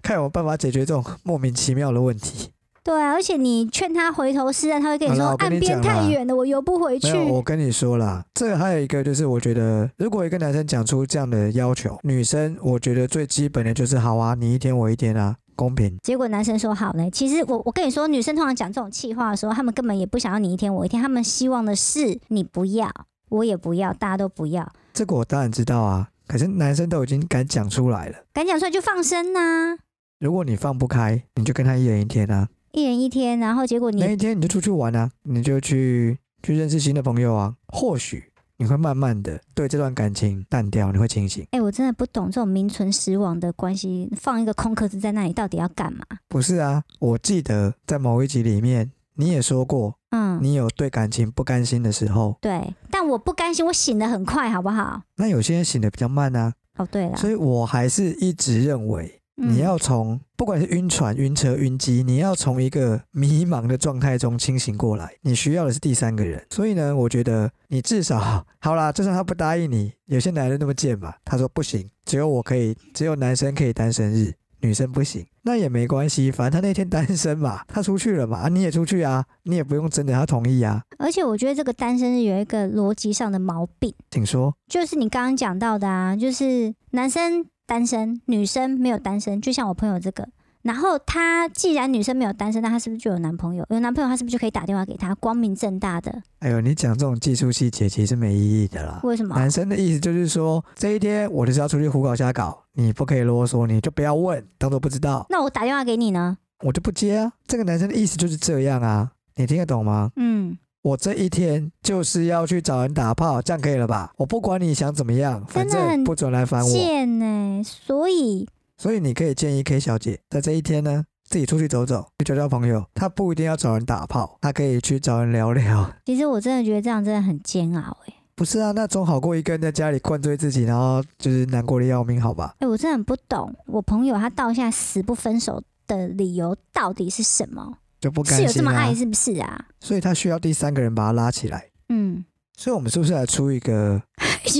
[SPEAKER 1] 看有没有办法解决这种莫名其妙的问题。
[SPEAKER 2] 对啊，而且你劝它回头是岸，它会跟你
[SPEAKER 1] 好
[SPEAKER 2] 说
[SPEAKER 1] 啦我跟
[SPEAKER 2] 岸
[SPEAKER 1] 你
[SPEAKER 2] 边
[SPEAKER 1] 讲啦
[SPEAKER 2] 太远了，我游不回去
[SPEAKER 1] 没。有，我跟你说啦，这个还有一个就是，我觉得如果一个男生讲出这样的要求，女生我觉得最基本的就是好啊，你一天我一天啊，公平。
[SPEAKER 2] 结果男生说好呢。其实我我跟你说，女生通常讲这种气话的时候，他们根本也不想要你一天我一天，他们希望的是你不要，我也不要，大家都不要。
[SPEAKER 1] 这个我当然知道啊，可是男生都已经敢讲出来了，
[SPEAKER 2] 敢讲出来就放生呐、
[SPEAKER 1] 如果你放不开，你就跟他一人一天啊，
[SPEAKER 2] 一人一天，然后结果
[SPEAKER 1] 那
[SPEAKER 2] 你
[SPEAKER 1] 一天你就出去玩啊，你就去去认识新的朋友啊，或许你会慢慢的对这段感情淡掉，你会清醒。
[SPEAKER 2] 哎、我真的不懂这种名存实亡的关系，放一个空壳子在那里到底要干嘛？
[SPEAKER 1] 不是啊，我记得在某一集里面你也说过，
[SPEAKER 2] 嗯，
[SPEAKER 1] 你有对感情不甘心的时候。
[SPEAKER 2] 对，但我不甘心，我醒得很快，好不好？
[SPEAKER 1] 那有些人醒得比较慢啊，
[SPEAKER 2] 哦，对了，
[SPEAKER 1] 所以我还是一直认为，
[SPEAKER 2] 嗯
[SPEAKER 1] 你要从、不管是晕船、晕车、晕机，你要从一个迷茫的状态中清醒过来，你需要的是第三个人。所以呢，我觉得你至少 *laughs* 好啦，就算他不答应你，有些男人那么贱吧，他说不行，只有我可以，只有男生可以单身日，女生不行。那也没关系，反正他那天单身嘛，他出去了嘛，啊你也出去啊，你也不用征得他同意啊。
[SPEAKER 2] 而且我觉得这个单身日有一个逻辑上的毛病。
[SPEAKER 1] 请说，
[SPEAKER 2] 就是你刚刚讲到的啊，就是男生单身，女生没有单身，就像我朋友这个。然后她既然女生没有单身，那她是不是就有男朋友？有男朋友，她是不是就可以打电话给他，光明正大的？
[SPEAKER 1] 哎呦，你讲这种技术细节其实没意义的啦。
[SPEAKER 2] 为什么？
[SPEAKER 1] 男生的意思就是说，这一天我就是要出去胡搞瞎搞，你不可以啰嗦，你就不要问，当做不知道，
[SPEAKER 2] 那我打电话给你呢？
[SPEAKER 1] 我就不接啊。这个男生的意思就是这样啊，你听得懂吗？
[SPEAKER 2] 嗯，
[SPEAKER 1] 我这一天就是要去找人打炮，这样可以了吧？我不管你想怎么样，反
[SPEAKER 2] 真的很
[SPEAKER 1] 正不准来烦我。
[SPEAKER 2] 贱呢、所以
[SPEAKER 1] 所以你可以建议 K 小姐，在这一天呢，自己出去走走，去交交朋友。她不一定要找人打炮，她可以去找人聊聊。 *laughs*
[SPEAKER 2] 其实我真的觉得这样真的很煎熬哎、
[SPEAKER 1] 不是啊，那总好过一个人在家里灌醉自己，然后就是难过的要命，好吧？
[SPEAKER 2] 哎、我真的很不懂，我朋友他到现在死不分手的理由到底是什么？
[SPEAKER 1] 就不甘
[SPEAKER 2] 是
[SPEAKER 1] 心、
[SPEAKER 2] 有
[SPEAKER 1] 啊、
[SPEAKER 2] 这么爱是不是啊？
[SPEAKER 1] 所以他需要第三个人把他拉起来。 *laughs*
[SPEAKER 2] 嗯，
[SPEAKER 1] 所以我们是不是来出一个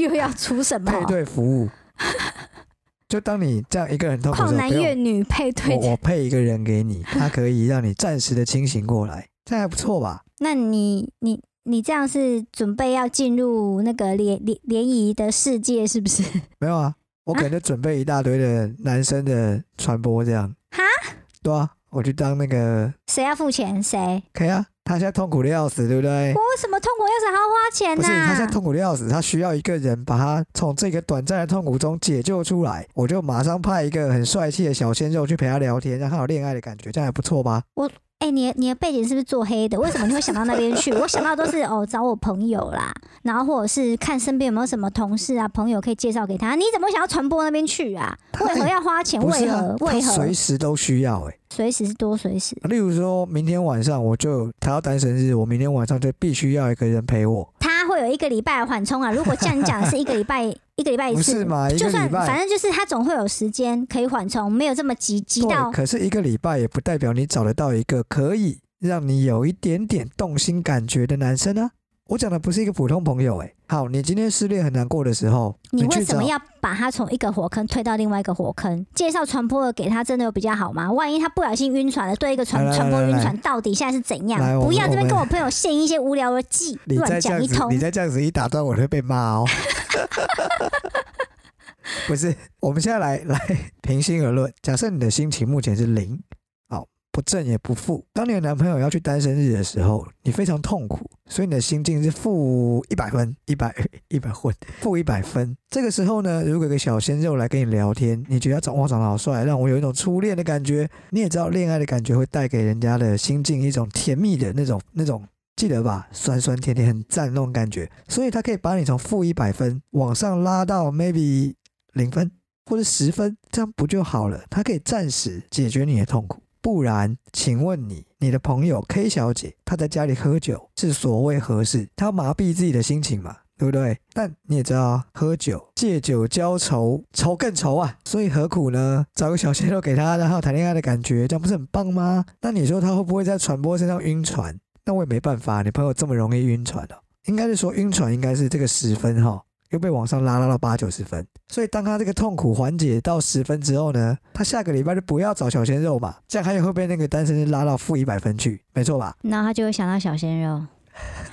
[SPEAKER 2] 又要出什么？
[SPEAKER 1] 配对服
[SPEAKER 2] *laughs*
[SPEAKER 1] 务？就当你这样一个人痛苦的
[SPEAKER 2] 旷
[SPEAKER 1] 时候，
[SPEAKER 2] 男
[SPEAKER 1] 不
[SPEAKER 2] 怨
[SPEAKER 1] 用
[SPEAKER 2] 女配对
[SPEAKER 1] 我我配一个人给你，他可以让你暂时的清醒过来，这样还不错吧？
[SPEAKER 2] *laughs* 那你你你这样是准备要进入那个联联联谊的世界是不是？ *laughs*
[SPEAKER 1] 没有啊，我可能就准备一大堆的男生的传播这样。
[SPEAKER 2] 哈？
[SPEAKER 1] 对啊，我去当那个
[SPEAKER 2] 谁要付钱？谁？
[SPEAKER 1] K 啊，他现在痛苦的要死，对不对
[SPEAKER 2] 我？为什么痛苦要死还要花钱啊
[SPEAKER 1] 不是，他现在
[SPEAKER 2] 呐、
[SPEAKER 1] 痛苦的要死，他需要一个人把他从这个短暂的痛苦中解救出来。我就马上派一个很帅气的小鲜肉去陪他聊天，让他有恋爱的感觉，这样还不错吧？
[SPEAKER 2] 哎、你的你的背景是不是做黑的？为什么你会想到那边去？ *laughs* 我想到都是哦，找我朋友啦，然后或者是看身边有没有什么同事啊、朋友可以介绍给他。你怎么会想要传播那边去啊？
[SPEAKER 1] 他
[SPEAKER 2] 为何要花钱？
[SPEAKER 1] 不是
[SPEAKER 2] 为
[SPEAKER 1] 啊
[SPEAKER 2] 何？？
[SPEAKER 1] 他
[SPEAKER 2] 为何
[SPEAKER 1] 随？时都需要哎、
[SPEAKER 2] 随时是多随时，
[SPEAKER 1] 例如说明天晚上我就他要单身日，我明天晚上就必须要一个人陪我，
[SPEAKER 2] 他会有一个礼拜的缓冲啊。如果像你讲的是一个礼拜一个礼拜一
[SPEAKER 1] 不
[SPEAKER 2] 次
[SPEAKER 1] 是，嘛？一个
[SPEAKER 2] 就算
[SPEAKER 1] 礼
[SPEAKER 2] 反
[SPEAKER 1] 拜。
[SPEAKER 2] 正就是他总会有时间可以缓冲，没有这么急急
[SPEAKER 1] 对，
[SPEAKER 2] 到。
[SPEAKER 1] 可是一个礼拜也不代表你找得到一个可以让你有一点点动心感觉的男生啊。我讲的不是一个普通朋友哎、好，你今天失恋很难过的时候，
[SPEAKER 2] 你
[SPEAKER 1] 去
[SPEAKER 2] 为什
[SPEAKER 1] 找
[SPEAKER 2] 么要把他从一个火坑推到另外一个火坑？介绍传播的给他，真的有比较好吗？万一他不小心晕船了，对一个传
[SPEAKER 1] 来来
[SPEAKER 2] 传播
[SPEAKER 1] 来
[SPEAKER 2] 晕
[SPEAKER 1] 来
[SPEAKER 2] 船，到底现在是怎样
[SPEAKER 1] 来？我
[SPEAKER 2] 不
[SPEAKER 1] 们
[SPEAKER 2] 要
[SPEAKER 1] 我
[SPEAKER 2] 这边
[SPEAKER 1] 们
[SPEAKER 2] 跟我朋友献一些无聊的计，
[SPEAKER 1] 你再
[SPEAKER 2] 乱
[SPEAKER 1] 这样
[SPEAKER 2] 讲一
[SPEAKER 1] 子，
[SPEAKER 2] 通
[SPEAKER 1] 你。再这样子一打断，我就会被骂哦。 *laughs* 不是，我们现在来来平心而论，假设你的心情目前是零，好，哦不挣也不付。当你的男朋友要去单身日的时候，你非常痛苦，所以你的心境是负一百分，一百一百混，负一百分。这个时候呢，如果有个小鲜肉来跟你聊天，你觉得他长哇长得好帅，让我有一种初恋的感觉。你也知道，恋爱的感觉会带给人家的心境一种甜蜜的那种那种。记得吧，酸酸甜甜很赞那种感觉，所以他可以把你从负一百分往上拉到 maybe 零分，或者十分，这样不就好了？它可以暂时解决你的痛苦。不然，请问你，你的朋友 K 小姐，她在家里喝酒是所谓何事？她要麻痹自己的心情嘛，对不对？但你也知道啊，喝酒借酒浇愁，愁更愁啊，所以何苦呢？找个小鲜肉给她，然后谈恋爱的感觉，这样不是很棒吗？那你说她会不会在传播身上晕船？那我也没办法，你朋友这么容易晕船哦。应该是说晕船应该是这个十分哈、又被往上拉拉到八九十分。所以当他这个痛苦缓解到十分之后呢，他下个礼拜就不要找小鲜肉嘛，这样他也会被那个单身日拉到负一百分去，没错吧？
[SPEAKER 2] 然后他就会想到小鲜肉， *laughs*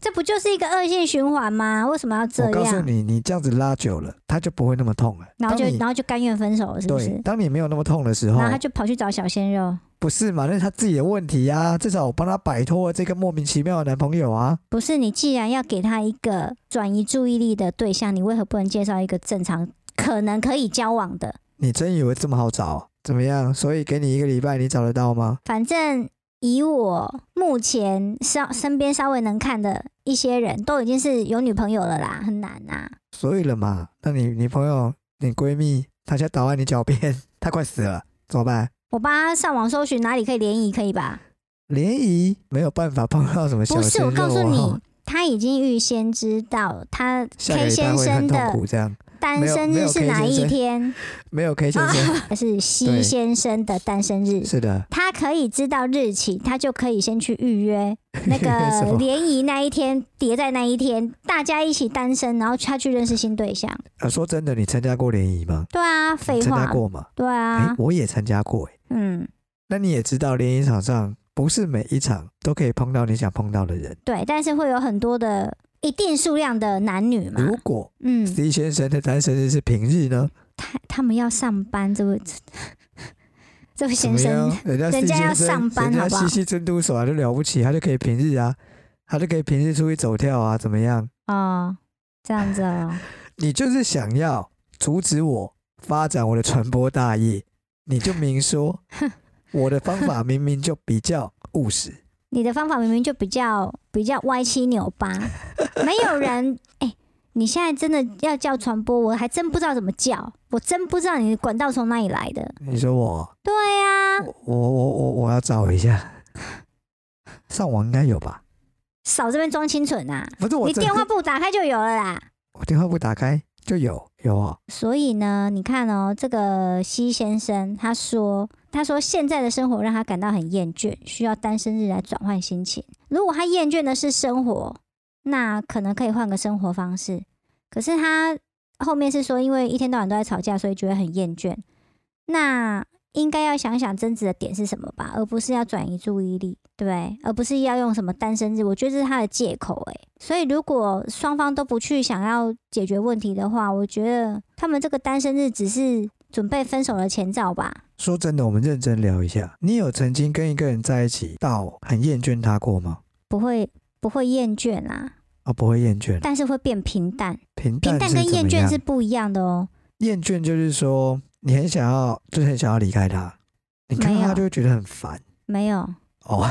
[SPEAKER 2] 这不就是一个恶性循环吗？为什么要这
[SPEAKER 1] 我告诉
[SPEAKER 2] 样？
[SPEAKER 1] 你，你这样子拉久了，他就不会那么痛了。
[SPEAKER 2] 然后就
[SPEAKER 1] 当你
[SPEAKER 2] 然后就甘愿分手了，是不是
[SPEAKER 1] 对，？当你没有那么痛的时候
[SPEAKER 2] 然，后他就跑去找小鲜肉，
[SPEAKER 1] 不是嘛？那是他自己的问题呀、至少我帮他摆脱了这个莫名其妙的男朋友啊。
[SPEAKER 2] 不是你既然要给他一个转移注意力的对象，你为何不能介绍一个正常可能可以交往的？
[SPEAKER 1] 你真以为这么好找？怎么样？所以给你一个礼拜，你找得到吗？
[SPEAKER 2] 反正以我目前稍身边稍微能看的一些人，都已经是有女朋友了啦，很难啊。
[SPEAKER 1] 所以了嘛，那你你朋友、你闺蜜，她现在倒在你脚边， *laughs* 她快死了，怎么办？
[SPEAKER 2] 我帮他上网搜寻哪里可以联谊，可以吧？
[SPEAKER 1] 联谊没有办法碰到什么小
[SPEAKER 2] 不
[SPEAKER 1] 鲜
[SPEAKER 2] 是，
[SPEAKER 1] 肉、
[SPEAKER 2] 我
[SPEAKER 1] 啊、
[SPEAKER 2] 告诉
[SPEAKER 1] *laughs*
[SPEAKER 2] 你， *laughs* 他已经预先知道他
[SPEAKER 1] 下个
[SPEAKER 2] K
[SPEAKER 1] 礼拜
[SPEAKER 2] 先
[SPEAKER 1] 会
[SPEAKER 2] 生
[SPEAKER 1] 很痛
[SPEAKER 2] 的
[SPEAKER 1] 苦，这样
[SPEAKER 2] 单身日是哪一天，
[SPEAKER 1] 没有 K 先生，
[SPEAKER 2] 还是 C
[SPEAKER 1] 对
[SPEAKER 2] 先生的单身
[SPEAKER 1] *laughs*
[SPEAKER 2] 日。
[SPEAKER 1] 是的，
[SPEAKER 2] 他可以知道日期，他就可以先去预
[SPEAKER 1] *laughs*
[SPEAKER 2] 约那
[SPEAKER 1] 什
[SPEAKER 2] 个
[SPEAKER 1] 么
[SPEAKER 2] 联谊那一天，叠在那一天，大家一起单身，然后他去认识新对象。
[SPEAKER 1] 呃，说真的，你参加过联谊吗？
[SPEAKER 2] 对啊，
[SPEAKER 1] 你
[SPEAKER 2] 废
[SPEAKER 1] 参加
[SPEAKER 2] 话，
[SPEAKER 1] 过吗？
[SPEAKER 2] 对
[SPEAKER 1] 哎、
[SPEAKER 2] 啊，
[SPEAKER 1] 我也参加过、哎，
[SPEAKER 2] 嗯，
[SPEAKER 1] 那你也知道，联谊场上不是每一场都可以碰到你想碰到的人。
[SPEAKER 2] 对，但是会有很多的一定数量的男女嘛，
[SPEAKER 1] 如果
[SPEAKER 2] 嗯，
[SPEAKER 1] C 先生的单身日是平日呢？
[SPEAKER 2] 他他们要上班，这位 *laughs* 这
[SPEAKER 1] 怎
[SPEAKER 2] 位先
[SPEAKER 1] 么
[SPEAKER 2] 生
[SPEAKER 1] 样？人家 C
[SPEAKER 2] 人家
[SPEAKER 1] 先
[SPEAKER 2] 要
[SPEAKER 1] 生
[SPEAKER 2] 上班
[SPEAKER 1] 人
[SPEAKER 2] 好不
[SPEAKER 1] 家
[SPEAKER 2] 好
[SPEAKER 1] 西西真都手啊，就了不起，他就可以平日啊，他就可以平日出去走跳啊，怎么样？
[SPEAKER 2] 哦，这样子哦，
[SPEAKER 1] 你就是想要阻止我发展我的传播大业，你就明
[SPEAKER 2] *laughs*
[SPEAKER 1] 说我的方法明明就比较务实。
[SPEAKER 2] 你的方法明明就比较比较歪七扭
[SPEAKER 1] *laughs*
[SPEAKER 2] 八，没有人哎、你现在真的要叫传播，我还真不知道怎么叫，我真不知道你的管道从哪里来的。
[SPEAKER 1] 你说我，
[SPEAKER 2] 对啊，
[SPEAKER 1] 我我我我要找一下，
[SPEAKER 2] *laughs*
[SPEAKER 1] 上网应该有吧？
[SPEAKER 2] 少这边装清纯啊，
[SPEAKER 1] 不是我
[SPEAKER 2] 你
[SPEAKER 1] 真
[SPEAKER 2] 电话簿打开就有了啦。
[SPEAKER 1] 我电话不打开就有有啊、
[SPEAKER 2] 所以呢，你看哦，这个西先生他说，他说现在的生活让他感到很厌倦，需要单身日来转换心情。如果他厌倦的是生活，那可能可以换个生活方式。可是他后面是说，因为一天到晚都在吵架，所以觉得很厌倦。那应该要想想争执的点是什么吧，而不是要转移注意力，对不对，而不是要用什么单身日，我觉得这是他的借口欸诶、所以如果双方都不去想要解决问题的话，我觉得他们这个单身日只是准备分手的前兆吧。
[SPEAKER 1] 说真的，我们认真聊一下，你有曾经跟一个人在一起到很厌倦他过吗？
[SPEAKER 2] 不会不会厌倦啦，
[SPEAKER 1] 啊、不会厌倦，
[SPEAKER 2] 但是会变平淡，
[SPEAKER 1] 平淡
[SPEAKER 2] 平淡
[SPEAKER 1] 是
[SPEAKER 2] 跟
[SPEAKER 1] 怎
[SPEAKER 2] 厌
[SPEAKER 1] 么
[SPEAKER 2] 倦
[SPEAKER 1] 样
[SPEAKER 2] 是不一样的哦。
[SPEAKER 1] 厌倦就是说你很想要，就是很想要离开他，你看到
[SPEAKER 2] 没
[SPEAKER 1] 他
[SPEAKER 2] 有
[SPEAKER 1] 就会觉得很烦
[SPEAKER 2] 没有
[SPEAKER 1] 哦。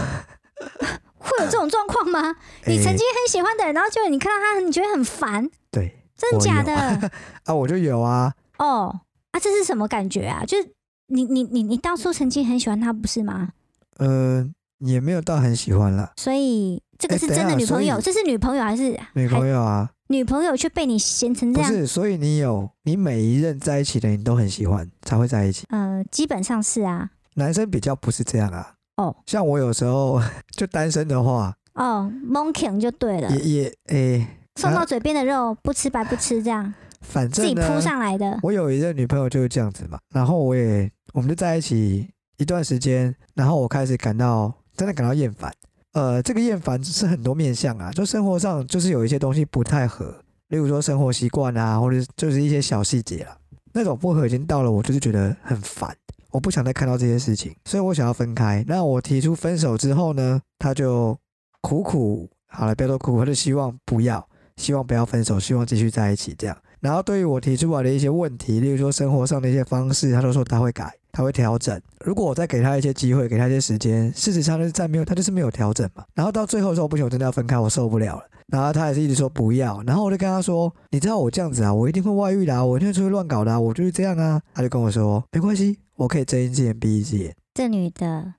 [SPEAKER 2] 会有这种状况吗？你
[SPEAKER 1] 诶
[SPEAKER 2] 曾经很喜欢的人，然后就你看到他，你觉得很烦，
[SPEAKER 1] 对
[SPEAKER 2] 真的
[SPEAKER 1] 我
[SPEAKER 2] 假
[SPEAKER 1] 有 *laughs*
[SPEAKER 2] 的？
[SPEAKER 1] 啊，我就有啊，
[SPEAKER 2] 哦啊，这是什么感觉啊？就是你你你你当初曾经很喜欢他，不是吗？
[SPEAKER 1] 呃，也没有到很喜欢啦，
[SPEAKER 2] 所以这个
[SPEAKER 1] 哎
[SPEAKER 2] 是
[SPEAKER 1] 等一
[SPEAKER 2] 真的
[SPEAKER 1] 下
[SPEAKER 2] 女
[SPEAKER 1] 所
[SPEAKER 2] 朋友，
[SPEAKER 1] 以
[SPEAKER 2] 这是女朋友还是
[SPEAKER 1] 女朋
[SPEAKER 2] 还
[SPEAKER 1] 友啊，
[SPEAKER 2] 女朋友却被你嫌成
[SPEAKER 1] 不
[SPEAKER 2] 这样？
[SPEAKER 1] 是，所以你有，你每一任在一起的你都很喜欢才会在一起，
[SPEAKER 2] 呃，基本上是啊。
[SPEAKER 1] 男生比较不是这样啊。
[SPEAKER 2] 哦
[SPEAKER 1] 像我有时候 *laughs* 就单身的话，
[SPEAKER 2] 哦 m o n k i n g 就对了
[SPEAKER 1] 也，也诶、
[SPEAKER 2] 送到
[SPEAKER 1] 啊
[SPEAKER 2] 嘴边的肉不吃白不吃，这样
[SPEAKER 1] 反
[SPEAKER 2] 自
[SPEAKER 1] 正
[SPEAKER 2] 己
[SPEAKER 1] 啊呢
[SPEAKER 2] 铺上来的。
[SPEAKER 1] 我有一任女朋友就是这样子嘛，然后我也我们就在一起一段时间，然后我开始感到真的感到厌烦。呃，这个厌烦是很多面向啊，就生活上就是有一些东西不太合，例如说生活习惯啊，或者就是一些小细节啦，那种不合已经到了我就是觉得很烦，我不想再看到这些事情，所以我想要分开。那我提出分手之后呢，他就苦苦好了，不要说苦苦，他就希望不要，希望不要分手，希望继续在一起这样。然后对于我提出来的一些问题，例如说生活上的一些方式，他都说他会改，他会调整。如果我再给他一些机会，给他一些时间，事实上就是在没有他就是没有调整嘛。然后到最后说不行，我真的要分开，我受不了了。然后他也是一直说不要，然后我就跟他说，你知道我这样子啊，我一定会外遇的、啊，我一定会出去乱搞的、啊，我就是这样啊。他就跟我说，没关系，我可以睁一只眼闭一只眼。
[SPEAKER 2] 这女的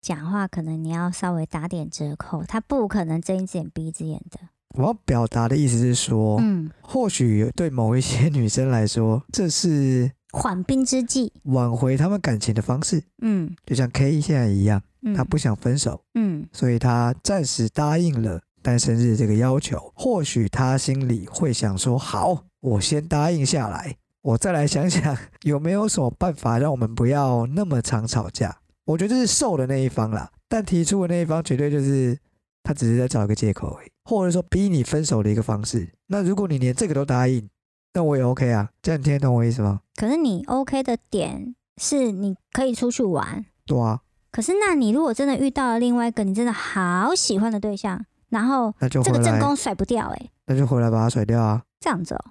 [SPEAKER 2] 讲话可能你要稍微打点折扣，她不可能睁一只眼闭一只眼的。
[SPEAKER 1] 我要表达的意思是说，
[SPEAKER 2] 嗯，
[SPEAKER 1] 或许对某一些女生来说，这是
[SPEAKER 2] 缓兵之计。
[SPEAKER 1] 挽回他们感情的方式，
[SPEAKER 2] 嗯
[SPEAKER 1] 就像 K 现在一样，
[SPEAKER 2] 嗯，
[SPEAKER 1] 他不想分手，
[SPEAKER 2] 嗯
[SPEAKER 1] 所以他暂时答应了单身日这个要求。或许他心里会想说：“好，我先答应下来，我再来想想有没有什么办法让我们不要那么常吵架。” *laughs* 我觉得这是受的那一方啦，但提出的那一方绝对就是他只是在找一个借口而已，或者说逼你分手的一个方式。那如果你连这个都答应，那我也 OK 啊，这样你听得懂我意思吗？
[SPEAKER 2] 可是你 OK 的点是你可以出去玩，
[SPEAKER 1] 对啊，
[SPEAKER 2] 可是那你如果真的遇到了另外一个你真的好喜欢的对象，然后
[SPEAKER 1] 那就
[SPEAKER 2] 这
[SPEAKER 1] 回
[SPEAKER 2] 个正
[SPEAKER 1] 来，
[SPEAKER 2] 宫甩不掉、欸，哎，
[SPEAKER 1] 那就回来把他甩掉啊。
[SPEAKER 2] 这样子哦、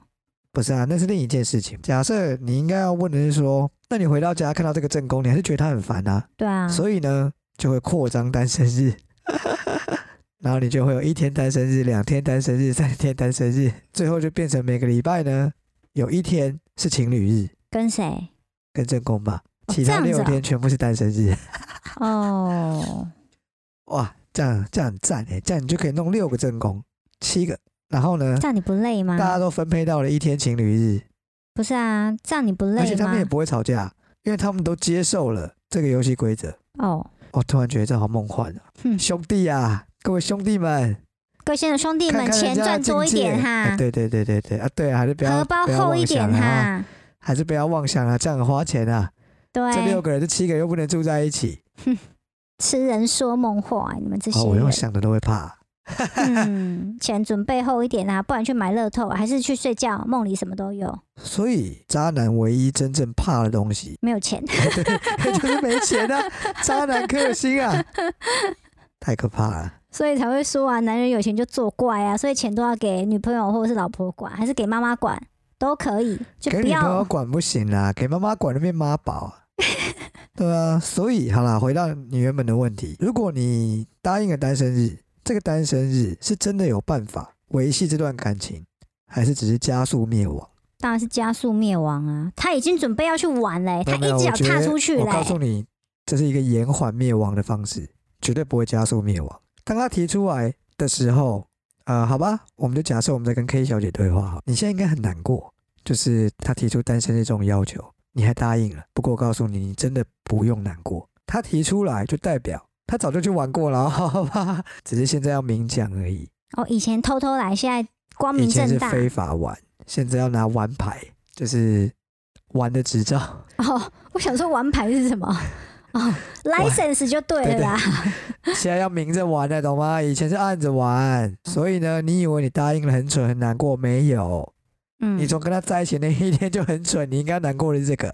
[SPEAKER 1] 不是啊，那是另一件事情。假设你应该要问的是说，那你回到家看到这个正宫，你还是觉得他很烦啊，
[SPEAKER 2] 对啊，
[SPEAKER 1] 所以呢，就会扩张单身日， *laughs* 然后你就会有一天单身日、两天单身日、三天单身日，最后就变成每个礼拜呢有一天是情侣日
[SPEAKER 2] 跟谁？
[SPEAKER 1] 跟正宫吧，
[SPEAKER 2] 哦
[SPEAKER 1] 其
[SPEAKER 2] 这
[SPEAKER 1] 他
[SPEAKER 2] 样子
[SPEAKER 1] 六
[SPEAKER 2] 啊
[SPEAKER 1] 天全部是单身日。
[SPEAKER 2] 哦，
[SPEAKER 1] 哇，这样这样很赞哎，这样你就可以弄六个正宫，七个，然后 *laughs* 呢，
[SPEAKER 2] 这样你啊不累吗
[SPEAKER 1] 大？家都分配到了一天情侣日。
[SPEAKER 2] 不是啊，这样你不
[SPEAKER 1] 而
[SPEAKER 2] 累
[SPEAKER 1] 且他
[SPEAKER 2] 吗
[SPEAKER 1] 们也？不会吵架，因为他们都接受了这个游戏规则。
[SPEAKER 2] 哦，
[SPEAKER 1] 我、突然觉得这好梦幻啊！
[SPEAKER 2] 哼，
[SPEAKER 1] 兄弟啊，各位兄弟们，
[SPEAKER 2] 各位亲爱的兄弟
[SPEAKER 1] 看
[SPEAKER 2] 们，
[SPEAKER 1] 看人
[SPEAKER 2] 钱
[SPEAKER 1] 家的
[SPEAKER 2] 赚多一
[SPEAKER 1] 境界
[SPEAKER 2] 点
[SPEAKER 1] 哎
[SPEAKER 2] 哈，
[SPEAKER 1] 对对对对对啊，对啊，还是不要
[SPEAKER 2] 荷包
[SPEAKER 1] 不要
[SPEAKER 2] 厚一
[SPEAKER 1] 妄
[SPEAKER 2] 点
[SPEAKER 1] 想了啊，
[SPEAKER 2] 哈，
[SPEAKER 1] 还是不要妄想啊，这样很花钱啊。这六
[SPEAKER 2] 对，
[SPEAKER 1] 个人，这七个又不能住在一起，
[SPEAKER 2] 痴人说梦话，你们这
[SPEAKER 1] 哦，
[SPEAKER 2] 些
[SPEAKER 1] 我用
[SPEAKER 2] *laughs* 人，
[SPEAKER 1] 想的都会怕。
[SPEAKER 2] 嗯，钱准备厚一点啊，不然去买乐透，还是去睡觉，梦里什么都有，，
[SPEAKER 1] 所以，渣男唯一真正怕的东西 *laughs*
[SPEAKER 2] 没有钱。 *laughs*
[SPEAKER 1] 对， *laughs* 就是没钱啊，渣男克星啊， *laughs* 太可怕了。
[SPEAKER 2] 所以才会说啊，男人有钱就作怪啊，所以钱都要给女朋友或者是老婆管，还是给妈妈管都可以，就
[SPEAKER 1] 给
[SPEAKER 2] 不
[SPEAKER 1] 女朋友
[SPEAKER 2] 要
[SPEAKER 1] 管不行啦，给妈妈管那边妈宝
[SPEAKER 2] *laughs*
[SPEAKER 1] 啊。对啊，所以好啦，回到你原本的问题，如果你答应了单身日，这个单身日是真的有办法维系这段感情，还是只是加速灭亡？
[SPEAKER 2] 当然是加速灭亡啊！他已经准备要去玩嘞、他
[SPEAKER 1] 没
[SPEAKER 2] 一
[SPEAKER 1] 有
[SPEAKER 2] 只
[SPEAKER 1] 我
[SPEAKER 2] 脚
[SPEAKER 1] 觉
[SPEAKER 2] 踏
[SPEAKER 1] 得
[SPEAKER 2] 出去嘞、
[SPEAKER 1] 我告诉你，这是一个延缓灭亡的方式，绝对不会加速灭亡。当他提出来的时候，呃，好吧，我们就假设我们在跟 K 小姐对话好。你现在应该很难过，就是她提出单身这种要求，你还答应了。不过我告诉你，你真的不用难过。她提出来就代表她早就去玩过了，哦 *laughs* 好吧？只是现在要明讲而已。
[SPEAKER 2] 哦，以前偷偷来，现在光
[SPEAKER 1] 以
[SPEAKER 2] 明
[SPEAKER 1] 前
[SPEAKER 2] 正
[SPEAKER 1] 是
[SPEAKER 2] 大
[SPEAKER 1] 非法玩，现在要拿玩牌，就是玩的执照。
[SPEAKER 2] 哦。我想说玩牌是什么？哦，license 就对了啦。
[SPEAKER 1] 现在要明着玩了，懂吗？以前是暗着玩，
[SPEAKER 2] 嗯
[SPEAKER 1] 所以呢，你以为你答应了很蠢很难过，没有，
[SPEAKER 2] 嗯
[SPEAKER 1] 你，从跟他在一起那一天就很蠢，你应该难过的是这个，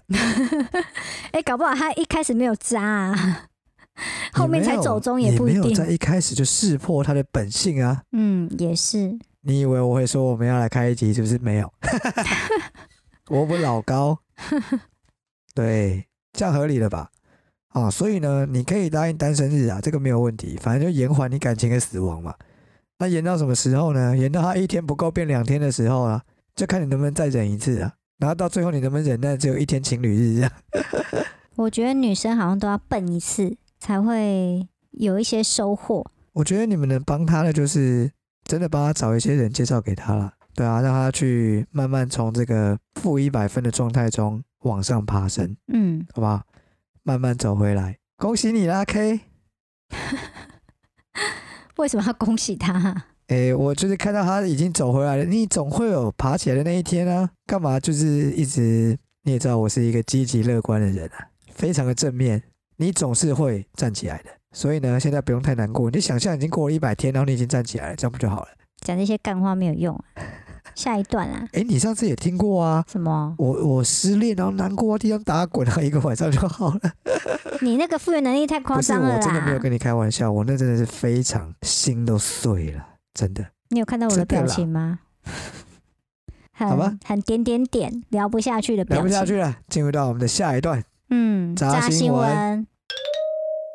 [SPEAKER 2] 哎、搞不好他一开始没有渣、啊， *laughs* 后面才走中也不
[SPEAKER 1] 你
[SPEAKER 2] 一
[SPEAKER 1] 没有在
[SPEAKER 2] 定。
[SPEAKER 1] 一开始就识破他的本性啊！
[SPEAKER 2] 嗯，也是。
[SPEAKER 1] 你以为我会说我们要来开一集，是不是？没有， *laughs* 我不老高，对，这样合理了吧？啊，所以呢，你可以答应单身日啊，这个没有问题，反正就延缓你感情的死亡嘛。那延到什么时候呢？延到他一天不够变两天的时候啦、啊就看你能不能再忍一次啊。然后到最后你能不能忍耐只有一天情侣日这样？
[SPEAKER 2] 我觉得女生好像都要笨一次才会有一些收获。
[SPEAKER 1] 我觉得你们能帮他的就是真的帮他找一些人介绍给他啦。对啊，让他去慢慢从这个负一百分的状态中往上爬升，
[SPEAKER 2] 嗯，
[SPEAKER 1] 好不好？慢慢走回来，恭喜你啦，K。
[SPEAKER 2] 为什么要恭喜他？
[SPEAKER 1] 诶、我就是看到他已经走回来了，你总会有爬起来的那一天啊。干嘛就是一直你也知道，我是一个积极乐观的人啊，非常的正面，你总是会站起来的。所以呢，现在不用太难过，你想象已经过了一百天，然后你已经站起来了，这样不就好了？ *laughs*
[SPEAKER 2] 讲这些干话没有用啊、下一段啦，
[SPEAKER 1] 哎，你上次也听过啊，
[SPEAKER 2] 什么？
[SPEAKER 1] 我我失恋，然后难过，地上打滚，然后一个晚上就好了。
[SPEAKER 2] 你那个复原能力太夸
[SPEAKER 1] 不是，
[SPEAKER 2] 张了
[SPEAKER 1] 我真的没有
[SPEAKER 2] 啦！
[SPEAKER 1] 跟你开玩笑，我那真的是非常心都碎了，真的。
[SPEAKER 2] 你有看到我的
[SPEAKER 1] 真的
[SPEAKER 2] 表
[SPEAKER 1] 啦
[SPEAKER 2] 情吗？很
[SPEAKER 1] 好吧
[SPEAKER 2] 很点点点聊不下去的表
[SPEAKER 1] 聊
[SPEAKER 2] 情。
[SPEAKER 1] 不下去了，进入到我们的下一段。
[SPEAKER 2] 嗯，
[SPEAKER 1] 渣
[SPEAKER 2] 渣
[SPEAKER 1] 新
[SPEAKER 2] 新
[SPEAKER 1] 闻
[SPEAKER 2] 闻。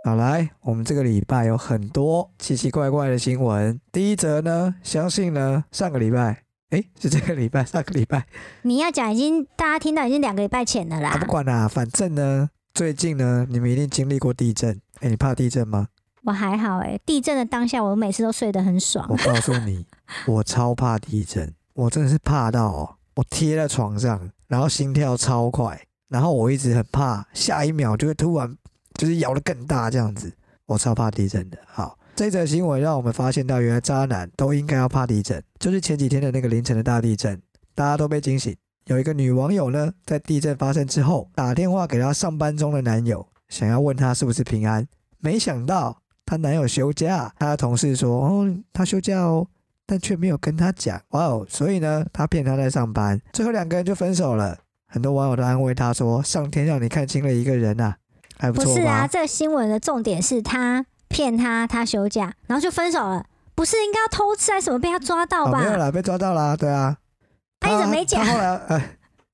[SPEAKER 1] 好，来，我们这个礼拜有很多奇奇怪怪的新闻。第一则呢，相信呢上个礼拜，诶，是这个礼拜，上个礼
[SPEAKER 2] *laughs*
[SPEAKER 1] 拜
[SPEAKER 2] 你要讲已经大家听到已经两个礼拜前了啦
[SPEAKER 1] 啊，，不管啦、反正呢，最近呢，你们一定经历过地震。诶，你怕地震吗？
[SPEAKER 2] 我还好哎、地震的当下，我每次都睡得很爽
[SPEAKER 1] 我。告诉你，我超怕地震，我真的是怕到哦，我贴在床上，然后心跳超快，然后我一直很怕下一秒就会突然就是摇得更大这样子，我超怕地震的。好，这则新闻让我们发现到，原来渣男都应该要怕地震，就是前几天的那个凌晨的大地震，大家都被惊醒。有一个女网友呢，在地震发生之后打电话给她上班中的男友，想要问他是不是平安，没想到她男友休假，她的同事说：“哦，她休假哦。”但却没有跟她讲。哇哦，所以呢，她骗她在上班，最后两个人就分手了。很多网友都安慰她说：“上天让你看清了一个人啊，还
[SPEAKER 2] 不
[SPEAKER 1] 错吧？”
[SPEAKER 2] 是啊，这个新闻的重点是他骗他，他休假，然后就分手了。不是应该要偷吃还是什么被他抓到
[SPEAKER 1] 哦，
[SPEAKER 2] 吧？
[SPEAKER 1] 没有啦，被抓到啦，对啊。
[SPEAKER 2] 哎你怎么没讲
[SPEAKER 1] 他后来，呃，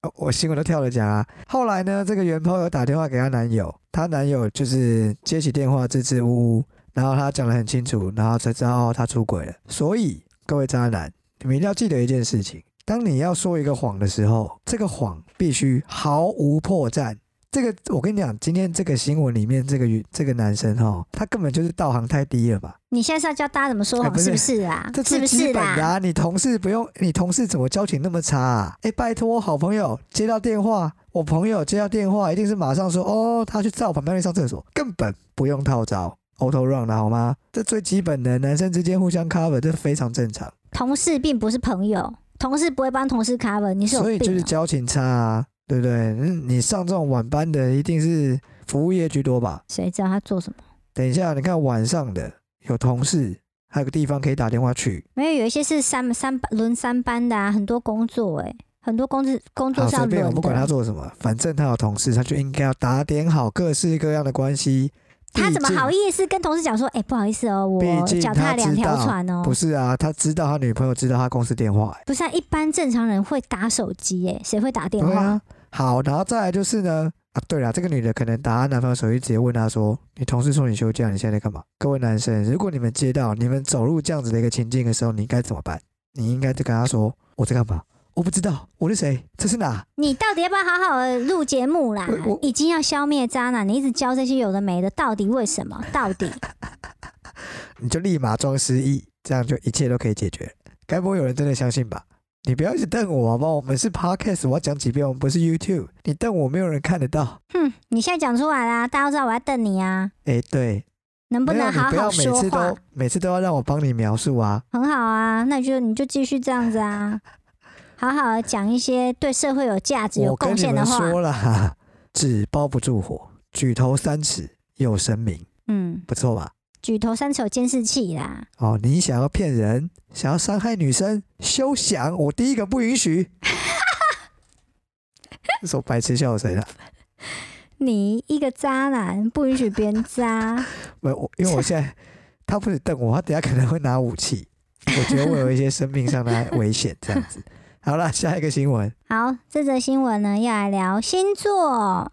[SPEAKER 1] 哦我新闻都跳着讲啊。后来呢，这个袁抛有打电话给她男友，她男友就是接起电话支支吾吾，然后她讲得很清楚，然后才知道她出轨了。所以各位渣男，你们一定要记得一件事情：当你要说一个谎的时候，这个谎必须毫无破绽。这个我跟你讲，今天这个新闻里面，这个这个男生哈，他根本就是道行太低了吧？
[SPEAKER 2] 你现在是要教大家怎么说
[SPEAKER 1] 哎
[SPEAKER 2] 谎，
[SPEAKER 1] 不是
[SPEAKER 2] 是不是啊？
[SPEAKER 1] 这
[SPEAKER 2] 是
[SPEAKER 1] 最
[SPEAKER 2] 不
[SPEAKER 1] 基
[SPEAKER 2] 是
[SPEAKER 1] 本的
[SPEAKER 2] 啦？
[SPEAKER 1] 啊！你同事不用，你同事怎么交情那么差、啊？哎，拜托，好朋友接到电话，我朋友接到电话一定是马上说，哦，他去在我旁边上厕所，根本不用套招，auto run 啊了好吗？这最基本的，男生之间互相 cover 这非常正常，
[SPEAKER 2] 同事并不是朋友，同事不会帮同事 cover，你是有
[SPEAKER 1] 所以
[SPEAKER 2] 病、
[SPEAKER 1] 就是
[SPEAKER 2] 哦
[SPEAKER 1] 交情差啊，对不对？嗯，你上这种晚班的一定是服务业居多吧？
[SPEAKER 2] 谁知道他做什么？
[SPEAKER 1] 等一下，你看晚上的有同事，还有个地方可以打电话去，
[SPEAKER 2] 没有，有一些是三三班轮三班的啊，很多工作哎、很多工作工作
[SPEAKER 1] 好，
[SPEAKER 2] 是要
[SPEAKER 1] 随便，我
[SPEAKER 2] 轮
[SPEAKER 1] 不
[SPEAKER 2] 的。
[SPEAKER 1] 管他做什么，反正他有同事，他就应该要打点好各式各样的关系。
[SPEAKER 2] 他怎么
[SPEAKER 1] 毕竟
[SPEAKER 2] 好？意思跟同事讲说，哎、不好意思哦，我
[SPEAKER 1] 嗯毕竟
[SPEAKER 2] 脚
[SPEAKER 1] 他
[SPEAKER 2] 踏两
[SPEAKER 1] 知
[SPEAKER 2] 条
[SPEAKER 1] 道
[SPEAKER 2] 船哦。
[SPEAKER 1] 不是啊，他知道他女朋友知道他公司电话、欸
[SPEAKER 2] 不是、啊，一般正常人会打手机耶，谁会打电
[SPEAKER 1] 对
[SPEAKER 2] 话？
[SPEAKER 1] 啊。好，然后再来就是呢，啊，对了，这个女的可能打她男朋友手机，直接问他说：“你同事说你休假，你现在在干嘛？”各位男生，如果你们接到你们走入这样子的一个情境的时候，你应该怎么办？你应该就跟他说：“我在干嘛？我不知道，我是谁？这是哪？
[SPEAKER 2] 你到底要不要好好的录节目啦
[SPEAKER 1] 我我？
[SPEAKER 2] 已经要消灭渣男，你一直教这些有的没的，到底为什么？到底 *laughs*
[SPEAKER 1] 你就立马装失忆，这样就一切都可以解决。该不会有人真的相信吧？你不要一直瞪我好不好？我们是 podcast，我要讲几遍，我们不是 YouTube。你瞪我，没有人看得到。
[SPEAKER 2] 你现在讲出来啦，大家都知道我在瞪你啊，
[SPEAKER 1] 哎，对，
[SPEAKER 2] 能不
[SPEAKER 1] 没有
[SPEAKER 2] 能好
[SPEAKER 1] 你不
[SPEAKER 2] 好
[SPEAKER 1] 要每
[SPEAKER 2] 说
[SPEAKER 1] 次
[SPEAKER 2] 话
[SPEAKER 1] 都？每次都要让我帮你描述啊。
[SPEAKER 2] 很好啊，那你就你就继续这样子啊，好好的讲一些对社会有价值、有
[SPEAKER 1] 我
[SPEAKER 2] 贡
[SPEAKER 1] 跟你
[SPEAKER 2] 献的
[SPEAKER 1] 们
[SPEAKER 2] 话。
[SPEAKER 1] 说了，纸包不住火，举头三尺有神明，
[SPEAKER 2] 嗯，
[SPEAKER 1] 不错吧？
[SPEAKER 2] 举头三尺有监视器啦，
[SPEAKER 1] 哦，你想要骗人，想要伤害女生，休想！我第一个不允许。 *laughs* 这首白痴笑谁啊了？
[SPEAKER 2] 你一个渣男不允许别人渣。 *laughs*
[SPEAKER 1] 没有，我因为我现在他不止瞪我，他等下可能会拿武器，我觉得我有一些生命上的危险这样
[SPEAKER 2] *laughs*
[SPEAKER 1] 子。好了，下一个新闻，
[SPEAKER 2] 好，这则新闻呢要来聊星座。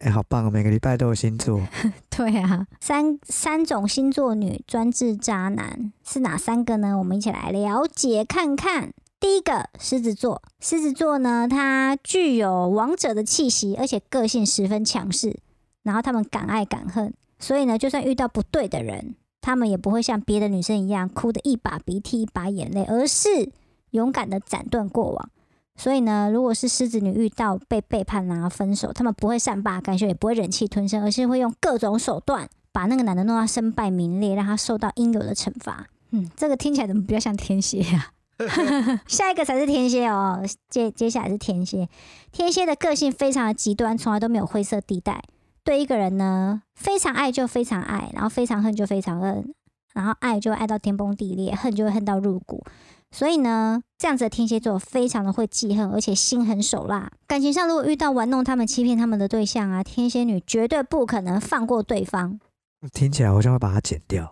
[SPEAKER 1] 哎、好棒哦，每个礼拜都有星座，
[SPEAKER 2] 对啊，三三种星座女专治渣男是哪三个呢？我们一起来了解看看。第一个狮子座，狮子座呢，它具有王者的气息，而且个性十分强势，然后他们敢爱敢恨，所以呢，就算遇到不对的人，他们也不会像别的女生一样哭得一把鼻涕一把眼泪，而是勇敢的斩断过往。所以呢，如果是狮子女遇到被背叛啊、分手，他们不会善罢甘休，也不会忍气吞声，而是会用各种手段把那个男的弄到身败名裂，让他受到应有的惩罚。嗯，这个听起来怎么比较像天蝎啊？ *laughs* 下一个才是天蝎哦，接接下来是天蝎。天蝎的个性非常的极端，从来都没有灰色地带。对一个人呢，非常爱就非常爱，然后非常恨就非常恨，然后爱就会爱到天崩地裂，恨就会恨到入骨。所以呢，这样子的天蝎座非常的会记恨，而且心狠手辣。感情上如果遇到玩弄他们、欺骗他们的对象啊，天蝎女绝对不可能放过对方。 *laughs*
[SPEAKER 1] 听起来好像会把它剪掉。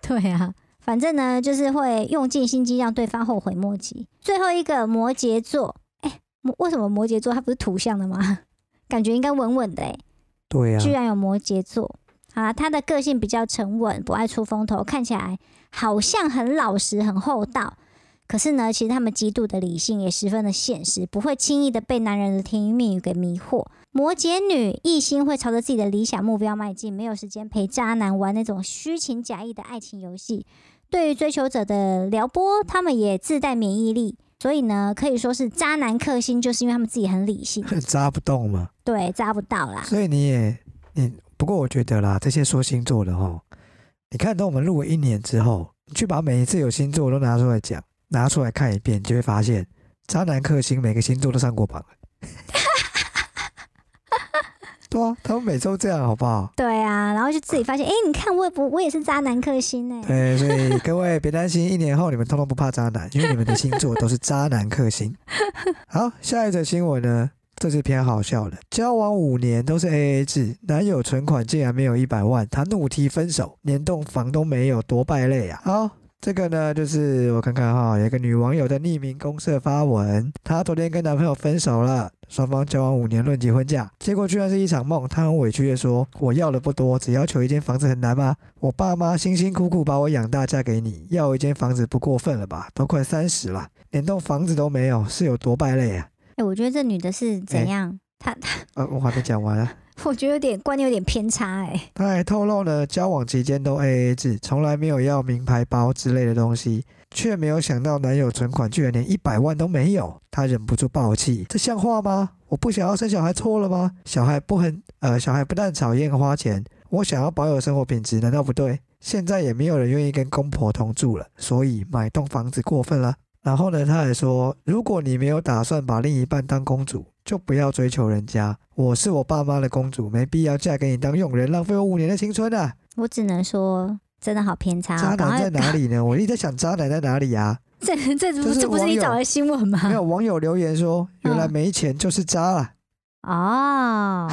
[SPEAKER 2] 对啊，反正呢，就是会用尽心机让对方后悔莫及。最后一个摩羯座，哎，摩为什么摩羯座它不是土象的吗？ *laughs* 感觉应该稳稳的哎、
[SPEAKER 1] 对呀、啊
[SPEAKER 2] 居然有摩羯座啊！他的个性比较沉稳，不爱出风头，看起来好像很老实、很厚道。可是呢，其实他们极度的理性，也十分的现实，不会轻易的被男人的甜言蜜语给迷惑。摩羯女一心会朝着自己的理想目标迈进，没有时间陪渣男玩那种虚情假意的爱情游戏。对于追求者的撩拨，他们也自带免疫力，所以呢，可以说是渣男克星，就是因为他们自己很理性，
[SPEAKER 1] 扎不动嘛。
[SPEAKER 2] 对，渣不到啦。
[SPEAKER 1] 所以你也你，不过我觉得啦，这些说星座的哈，你看等我们录了一年之后，你去把每一次有星座都拿出来讲，拿出来看一遍，你就会发现渣男克星每个星座都上过榜了。 *laughs* 对啊，他们每周这样好不好？
[SPEAKER 2] 对啊，然后就自己发现，哎、你看我也不，我也是渣男克星哎、
[SPEAKER 1] 对，所以各位别担心，一年后你们通通不怕渣男，因为你们的星座都是渣男克星。好，下一则新闻呢，这是偏好笑的。交往五年都是 A A 制，男友存款竟然没有一百万，他怒提分手，连栋房都没有，多败类啊！好。这个呢，就是我看看哈，有一个女网友在匿名公社发文，她昨天跟男朋友分手了，双方交往五年论及婚嫁，结果居然是一场梦。她很委屈的说：“我要的不多，只要求一间房子很难吗？我爸妈辛辛苦苦把我养大，嫁给你，要一间房子不过分了吧？都快三十了，连栋房子都没有，是有多败类啊
[SPEAKER 2] 哎、我觉得这女的是
[SPEAKER 1] 哎
[SPEAKER 2] 怎样？她她，？”
[SPEAKER 1] 呃，我还没讲完啊。
[SPEAKER 2] 我觉得有点观念有点偏差哎、
[SPEAKER 1] 他还透露呢，交往期间都 A A 制，从来没有要名牌包之类的东西，却没有想到男友存款居然连一百万都没有，他忍不住爆气：这像话吗？我不想要生小孩错了吗？小孩不很呃，小孩不但讨厌花钱，我想要保有生活品质，难道不对？现在也没有人愿意跟公婆同住了，所以买栋房子过分了。然后呢，他还说，如果你没有打算把另一半当公主，就不要追求人家。我是我爸妈的公主，没必要嫁给你当佣人，浪费我五年的青春啊！
[SPEAKER 2] 我只能说，真的好偏差、
[SPEAKER 1] 渣
[SPEAKER 2] 哦。赶
[SPEAKER 1] 男在
[SPEAKER 2] 快，
[SPEAKER 1] 哪里呢？我一直在想渣男在哪里啊？
[SPEAKER 2] 这 *laughs* 这
[SPEAKER 1] 这
[SPEAKER 2] 不
[SPEAKER 1] 是
[SPEAKER 2] 这不是
[SPEAKER 1] 网
[SPEAKER 2] 你
[SPEAKER 1] 友
[SPEAKER 2] 找的新闻吗？
[SPEAKER 1] 没有网友留言说，原来没钱就是渣啦。
[SPEAKER 2] 哦，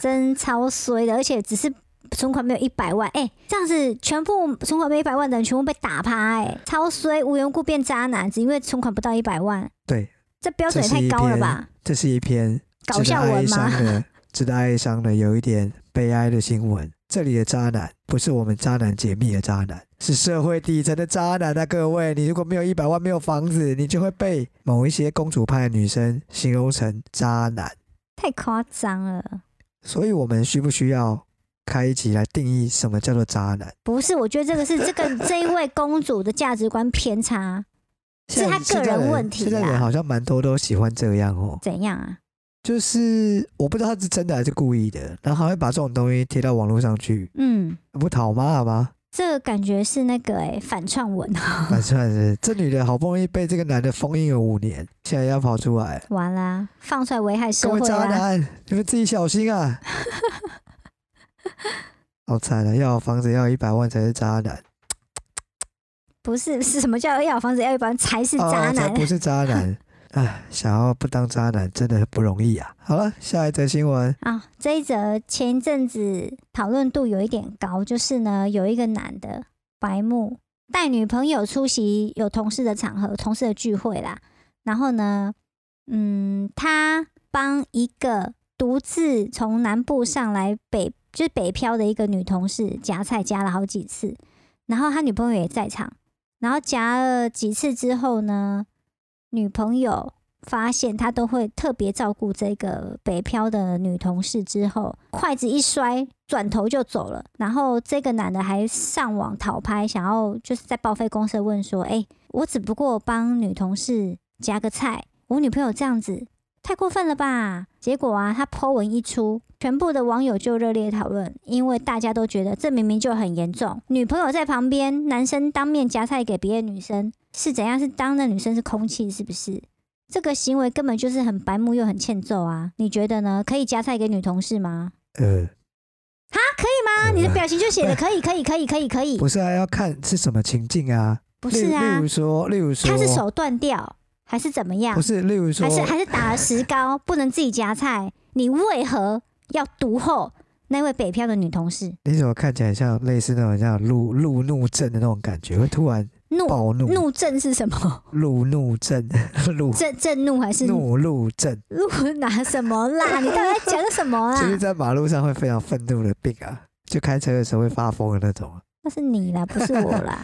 [SPEAKER 2] 真超衰的，而且只是存款没有一百万，哎、这样子全部存款没一百万的人全部被打趴、哎，超衰，无缘无故变渣男，只因为存款不到一百万，
[SPEAKER 1] 对，
[SPEAKER 2] 这标准也
[SPEAKER 1] 这是
[SPEAKER 2] 太
[SPEAKER 1] 一
[SPEAKER 2] 高了
[SPEAKER 1] 篇
[SPEAKER 2] 吧？
[SPEAKER 1] 这是一篇
[SPEAKER 2] 搞
[SPEAKER 1] 值得
[SPEAKER 2] 笑
[SPEAKER 1] 哀
[SPEAKER 2] 文
[SPEAKER 1] 伤
[SPEAKER 2] 吗？ *laughs*
[SPEAKER 1] 的、值得哀伤的、有一点悲哀的新闻。这里的渣男不是我们渣男解密的渣男，是社会底层的渣男啊！各位，你如果没有一百万、没有房子，你就会被某一些公主派的女生形容成渣男。
[SPEAKER 2] 太夸张了。
[SPEAKER 1] 所以我们需不需要开一集来定义什么叫做渣男？
[SPEAKER 2] 不是，我觉得这个是这
[SPEAKER 1] *laughs*
[SPEAKER 2] 个这一位公主的价值观偏差，是她
[SPEAKER 1] 现在
[SPEAKER 2] 个人问题啊
[SPEAKER 1] 现在人现在人
[SPEAKER 2] 啦
[SPEAKER 1] 好像蛮多都喜欢这样哦，
[SPEAKER 2] 怎样啊？
[SPEAKER 1] 就是我不知道他是真的还是故意的，然后还会把这种东西贴到网络上去，
[SPEAKER 2] 嗯，
[SPEAKER 1] 不讨骂吗？
[SPEAKER 2] 这个感觉是那个哎、反串文，
[SPEAKER 1] *laughs* 反正是这女的好不容易被这个男的封印了五年，现在要跑出来，
[SPEAKER 2] *laughs* 完啦，放出来危害社
[SPEAKER 1] 各位
[SPEAKER 2] 会
[SPEAKER 1] 渣
[SPEAKER 2] 啦。
[SPEAKER 1] 男，你们自己小心啊！好惨啊！要有房子要一百万才是渣男，
[SPEAKER 2] 不是是什么叫要有房子要有房才是渣
[SPEAKER 1] 啊、才
[SPEAKER 2] 男？
[SPEAKER 1] 不是渣男。哎，想要不当渣男真的很不容易啊！好了，下一则新闻，
[SPEAKER 2] 啊、这一则前一阵子讨论度有一点高，就是呢，有一个男的白目带女朋友出席有同事的场合，同事的聚会啦。然后呢，嗯，他帮一个独自从南部上来北，就是北漂的一个女同事夹菜夹了好几次，然后他女朋友也在场，然后夹了几次之后呢，女朋友发现他都会特别照顾这个北漂的女同事，之后筷子一摔，转头就走了。然后这个男的还上网讨拍，想要就是在报废公社问说：“哎、我只不过帮女同事夹个菜，我女朋友这样子太过分了吧？”结果啊，他 Po 文一出，全部的网友就热烈讨论，因为大家都觉得这明明就很严重，女朋友在旁边，男生当面夹菜给别的女生是怎样？是当那女生是空气是不是？这个行为根本就是很白目又很欠揍啊！你觉得呢？可以夹菜给女同事吗？
[SPEAKER 1] 呃，
[SPEAKER 2] 啊，可以吗？你的表情就写的可以，可以，可以，可以，可以
[SPEAKER 1] 不。是啊，要看是什么情境啊。
[SPEAKER 2] 不
[SPEAKER 1] 例
[SPEAKER 2] 是
[SPEAKER 1] 例
[SPEAKER 2] 啊
[SPEAKER 1] 如，说，例如说，
[SPEAKER 2] 他是手断掉还是怎么样
[SPEAKER 1] 不？是，例如说
[SPEAKER 2] 还，是还是打了石膏，不能自己夹菜？你为何要毒后那位北漂的女同事？
[SPEAKER 1] 你怎么看起来像类似那种像路路怒症的那种感觉，会突然
[SPEAKER 2] 怒
[SPEAKER 1] 暴怒、
[SPEAKER 2] 怒症是什么？
[SPEAKER 1] 路怒症、 *laughs* 路
[SPEAKER 2] 震震怒还是
[SPEAKER 1] 怒
[SPEAKER 2] 怒
[SPEAKER 1] 路症，
[SPEAKER 2] 哪什么啦？你到底在讲什么
[SPEAKER 1] 就是
[SPEAKER 2] 啦？
[SPEAKER 1] 在马路上会非常愤怒的病啊，就开车的时候会发疯的那种啊。
[SPEAKER 2] 那是你啦，不是我啦。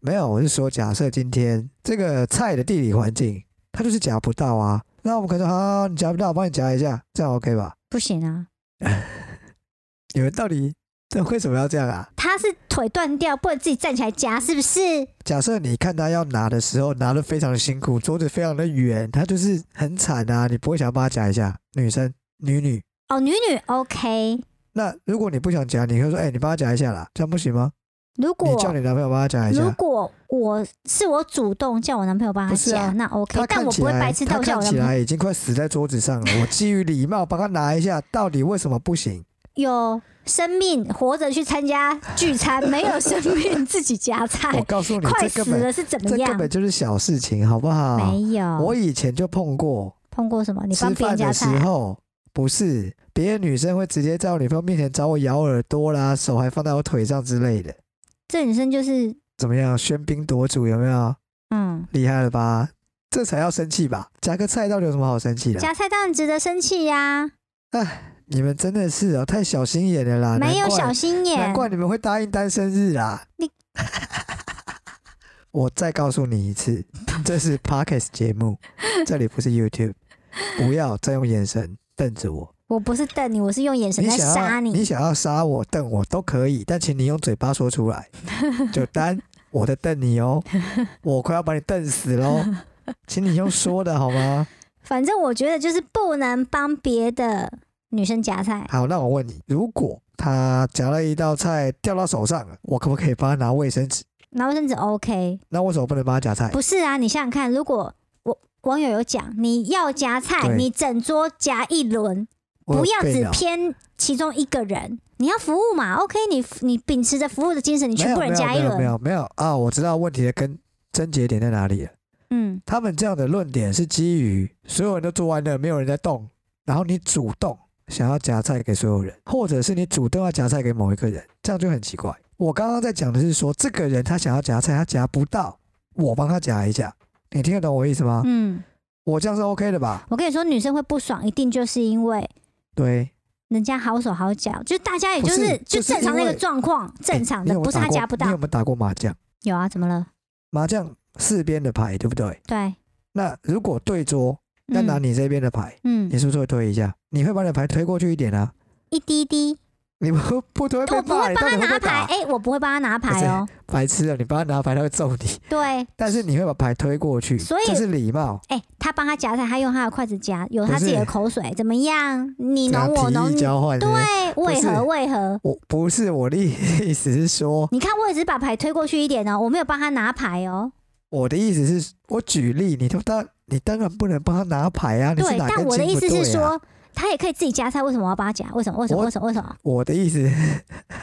[SPEAKER 1] 没有，我是说，假设今天这个菜的地理环境，它就是夹不到啊。那我们可以说，好、你夹不到，我帮你夹一下，这样 OK 吧？
[SPEAKER 2] 不行啊，
[SPEAKER 1] 你们到底这为什么要这样啊？
[SPEAKER 2] 他是腿断掉，不能自己站起来夹，是不是？
[SPEAKER 1] 假设你看他要拿的时候，拿的非常的辛苦，桌子非常的远，他就是很惨啊，你不会想要帮他夹一下？女生，女女，
[SPEAKER 2] 哦，女女 OK。
[SPEAKER 1] 那如果你不想夹，你会说，哎、你帮他夹一下啦，这样不行吗？
[SPEAKER 2] 如
[SPEAKER 1] 你叫
[SPEAKER 2] 果
[SPEAKER 1] 你男朋友帮他夹一
[SPEAKER 2] 如
[SPEAKER 1] 下，
[SPEAKER 2] 果我是我主动叫我男朋友帮他
[SPEAKER 1] 不是
[SPEAKER 2] 夹，
[SPEAKER 1] 啊
[SPEAKER 2] 那 OK，
[SPEAKER 1] 他
[SPEAKER 2] 但
[SPEAKER 1] 看
[SPEAKER 2] 我
[SPEAKER 1] 起
[SPEAKER 2] 不会
[SPEAKER 1] 来
[SPEAKER 2] 白痴
[SPEAKER 1] 他
[SPEAKER 2] 到叫
[SPEAKER 1] 看
[SPEAKER 2] 我男
[SPEAKER 1] 起
[SPEAKER 2] 朋友。
[SPEAKER 1] 来已经快死在桌子上了，我基于礼貌帮他拿一下，到底为什么不行？
[SPEAKER 2] 有生命活着去参加聚餐，没有
[SPEAKER 1] *laughs*
[SPEAKER 2] 生命自己夹
[SPEAKER 1] 我
[SPEAKER 2] *laughs* 菜，
[SPEAKER 1] 告哦诉你，
[SPEAKER 2] 哎快
[SPEAKER 1] 这
[SPEAKER 2] 死
[SPEAKER 1] 根本
[SPEAKER 2] 了是怎
[SPEAKER 1] 这
[SPEAKER 2] 么
[SPEAKER 1] 根
[SPEAKER 2] 样？
[SPEAKER 1] 本就是小事情，好不好？
[SPEAKER 2] 没有
[SPEAKER 1] 我以前就碰过，
[SPEAKER 2] 碰过什么？你
[SPEAKER 1] 吃
[SPEAKER 2] 帮别人
[SPEAKER 1] 饭
[SPEAKER 2] 夹
[SPEAKER 1] 的时
[SPEAKER 2] 菜啊，
[SPEAKER 1] 候不是别的女生会直接在我女朋友面前找我咬耳朵啦，手还放在我腿上之类的，
[SPEAKER 2] 这女生就是
[SPEAKER 1] 怎么样？喧宾夺主有没有？
[SPEAKER 2] 嗯，
[SPEAKER 1] 厉害了吧？这才要生气吧？夹个菜到底有什么好生气的？
[SPEAKER 2] 夹菜当然值得生气呀、
[SPEAKER 1] 你们真的是哦，太小心眼了啦！
[SPEAKER 2] 没有
[SPEAKER 1] 难怪
[SPEAKER 2] 小心
[SPEAKER 1] 难
[SPEAKER 2] 眼。
[SPEAKER 1] 怪你们会答应单身日啊！
[SPEAKER 2] 你，
[SPEAKER 1] *laughs* 我再告诉你一
[SPEAKER 2] *laughs*
[SPEAKER 1] 次，这是 Podcast 节目，这里不是 YouTube，不要再用眼神瞪着我。
[SPEAKER 2] 我不是瞪你，我是用眼神
[SPEAKER 1] 你
[SPEAKER 2] 在
[SPEAKER 1] 想
[SPEAKER 2] 杀
[SPEAKER 1] 要
[SPEAKER 2] 你。
[SPEAKER 1] 你想要杀我、瞪我都可以，但请你用嘴巴说出
[SPEAKER 2] *laughs*
[SPEAKER 1] 来。就单我的瞪你哦，我快要把你瞪死喽，请你用说的好吗？
[SPEAKER 2] 反正我觉得就是不能帮别的女生夹菜，
[SPEAKER 1] 好，那我问你，如果他夹了一道菜掉到手上了，我可不可以帮他拿卫生纸？
[SPEAKER 2] 拿卫生纸 OK。
[SPEAKER 1] 那为什么不能帮他夹菜？
[SPEAKER 2] 不是啊，你想想看，如果我网友有讲，你要夹菜，
[SPEAKER 1] 对
[SPEAKER 2] 你整桌夹一轮，
[SPEAKER 1] 我有
[SPEAKER 2] 不要
[SPEAKER 1] 病
[SPEAKER 2] 只
[SPEAKER 1] 哦
[SPEAKER 2] 偏其中一个人，你要服务嘛？OK，你你秉持着服务的精神，你
[SPEAKER 1] 没
[SPEAKER 2] 全
[SPEAKER 1] 有
[SPEAKER 2] 部人夹一
[SPEAKER 1] 没
[SPEAKER 2] 轮，
[SPEAKER 1] 有没有没有啊！我知道问题的根症结点在哪里了。
[SPEAKER 2] 嗯，
[SPEAKER 1] 他们这样的论点是基于所有人都做完了，没有人在动，然后你主动想要夹菜给所有人，或者是你主动要夹菜给某一个人，这样就很奇怪。我刚刚在讲的是说，这个人他想要夹菜，他夹不到，我帮他夹一下。你听得懂我意思吗？
[SPEAKER 2] 嗯，
[SPEAKER 1] 我这样是 OK 的吧？
[SPEAKER 2] 我跟你说，女生会不爽，一定就是因为
[SPEAKER 1] 对，
[SPEAKER 2] 人家好手好脚，就是大家也
[SPEAKER 1] 不
[SPEAKER 2] 就是就
[SPEAKER 1] 就是
[SPEAKER 2] 正常
[SPEAKER 1] 因
[SPEAKER 2] 那个
[SPEAKER 1] 为哎
[SPEAKER 2] 状况，正常
[SPEAKER 1] 你
[SPEAKER 2] 的，
[SPEAKER 1] 有没
[SPEAKER 2] 不
[SPEAKER 1] 有
[SPEAKER 2] 是
[SPEAKER 1] 打
[SPEAKER 2] 他
[SPEAKER 1] 过
[SPEAKER 2] 夹不
[SPEAKER 1] 你
[SPEAKER 2] 到
[SPEAKER 1] 有。没有打过麻将？
[SPEAKER 2] 有啊，怎么了？
[SPEAKER 1] 麻将四边的牌，对不对？
[SPEAKER 2] 对，
[SPEAKER 1] 那如果对桌要拿
[SPEAKER 2] 嗯
[SPEAKER 1] 你这边的牌，
[SPEAKER 2] 嗯
[SPEAKER 1] 你，是不是会推一下？你会把你的牌推过去一点啊？ *laughs*
[SPEAKER 2] 一滴滴，
[SPEAKER 1] 你不不推被
[SPEAKER 2] 我不
[SPEAKER 1] 骂，
[SPEAKER 2] 会
[SPEAKER 1] 你到
[SPEAKER 2] 帮他
[SPEAKER 1] 底会
[SPEAKER 2] 拿
[SPEAKER 1] 被
[SPEAKER 2] 牌，
[SPEAKER 1] 打？
[SPEAKER 2] 哎，我不会帮他拿
[SPEAKER 1] 不
[SPEAKER 2] 牌
[SPEAKER 1] 是
[SPEAKER 2] 哦，
[SPEAKER 1] 白痴啊！你帮他拿牌，他会揍
[SPEAKER 2] *laughs*
[SPEAKER 1] 你。
[SPEAKER 2] 对，
[SPEAKER 1] 但是你会把牌推过去，
[SPEAKER 2] 所以
[SPEAKER 1] 这是礼貌。
[SPEAKER 2] 哎、他帮他夹菜，他用他的筷子夹，有
[SPEAKER 1] 不
[SPEAKER 2] 他
[SPEAKER 1] 是
[SPEAKER 2] 自己的口水，怎么样？你
[SPEAKER 1] 这样
[SPEAKER 2] 侬我侬
[SPEAKER 1] 提议
[SPEAKER 2] 你，
[SPEAKER 1] 交换，
[SPEAKER 2] 对，，为
[SPEAKER 1] 不是
[SPEAKER 2] 何为何？
[SPEAKER 1] 我不是我的意思是说，
[SPEAKER 2] 你看，我也只是把牌推过去一点哦，我没有帮他拿牌哦。
[SPEAKER 1] 我的意思是，我举例，你就当你当然不能帮他拿牌啊，你是
[SPEAKER 2] 对，
[SPEAKER 1] 哪
[SPEAKER 2] 但
[SPEAKER 1] 根
[SPEAKER 2] 我的
[SPEAKER 1] 筋
[SPEAKER 2] 意
[SPEAKER 1] 不
[SPEAKER 2] 思是
[SPEAKER 1] 对啊？
[SPEAKER 2] 说，他也可以自己夹菜，为什么我要帮他夹？为什么？为什么？
[SPEAKER 1] 我
[SPEAKER 2] 为什么？为什么？
[SPEAKER 1] 我的意思， *laughs*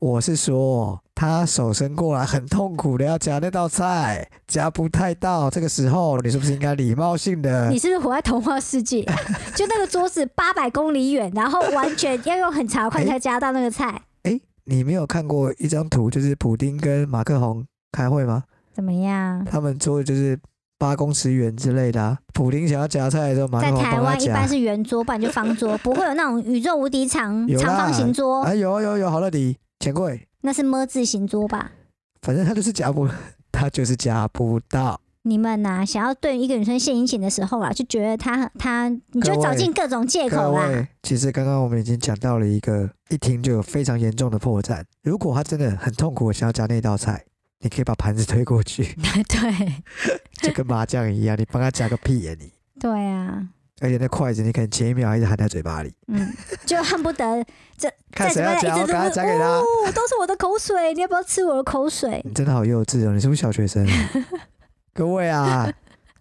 [SPEAKER 1] 我是说，他手伸过来很痛苦的要夹那道菜，夹不太到，这个时候你是不是应该礼貌性的
[SPEAKER 2] 你？是不是活在童话
[SPEAKER 1] *laughs*
[SPEAKER 2] 世界？就那个桌子八百公里远，然后完全要用很长的筷子
[SPEAKER 1] 哎
[SPEAKER 2] 才夹到那个菜，
[SPEAKER 1] 你没有看过一张图，就是普丁跟马克宏开会吗？
[SPEAKER 2] 怎么样？
[SPEAKER 1] 他们桌的就是八公尺远之类的、啊。普丁想要夹菜的时候，马
[SPEAKER 2] 在
[SPEAKER 1] 克宏
[SPEAKER 2] 台
[SPEAKER 1] 帮他
[SPEAKER 2] 湾一
[SPEAKER 1] 夹。
[SPEAKER 2] 般是圆桌，不然就方桌，不会有那种宇宙无敌长
[SPEAKER 1] 有啦
[SPEAKER 2] 长方形桌，
[SPEAKER 1] 啊，有有有，好乐迪、钱柜，
[SPEAKER 2] 那是么字形桌吧？
[SPEAKER 1] 反正他就是夹不，他就是夹不到。
[SPEAKER 2] 你们呐、想要对一个女生献殷勤的时候啊啦，就觉得她她，你
[SPEAKER 1] 各
[SPEAKER 2] 就
[SPEAKER 1] 位
[SPEAKER 2] 找尽各种借
[SPEAKER 1] 各
[SPEAKER 2] 口啊啦。
[SPEAKER 1] 位，其实刚刚我们已经讲到了一个一听就有非常严重的破绽。如果他真的很痛苦，想要夹那道菜，你可以把盘子推过去， *laughs*
[SPEAKER 2] *laughs* 对
[SPEAKER 1] 就跟麻将一样，你帮他夹个屁眼你。
[SPEAKER 2] 对啊，
[SPEAKER 1] 而且那筷子，你可能前一秒还是含在嘴巴里，
[SPEAKER 2] 嗯，就恨不
[SPEAKER 1] 啊
[SPEAKER 2] 得
[SPEAKER 1] 看谁
[SPEAKER 2] 怎么
[SPEAKER 1] 要
[SPEAKER 2] 样一
[SPEAKER 1] 夹，我
[SPEAKER 2] 直
[SPEAKER 1] 赶快
[SPEAKER 2] 都
[SPEAKER 1] 夹
[SPEAKER 2] 是
[SPEAKER 1] 给他
[SPEAKER 2] 哦。，都是我的口水，你要不要吃我的口水？
[SPEAKER 1] 你真的好幼稚哦！你是不是小学生啊、 *laughs* 各位啊，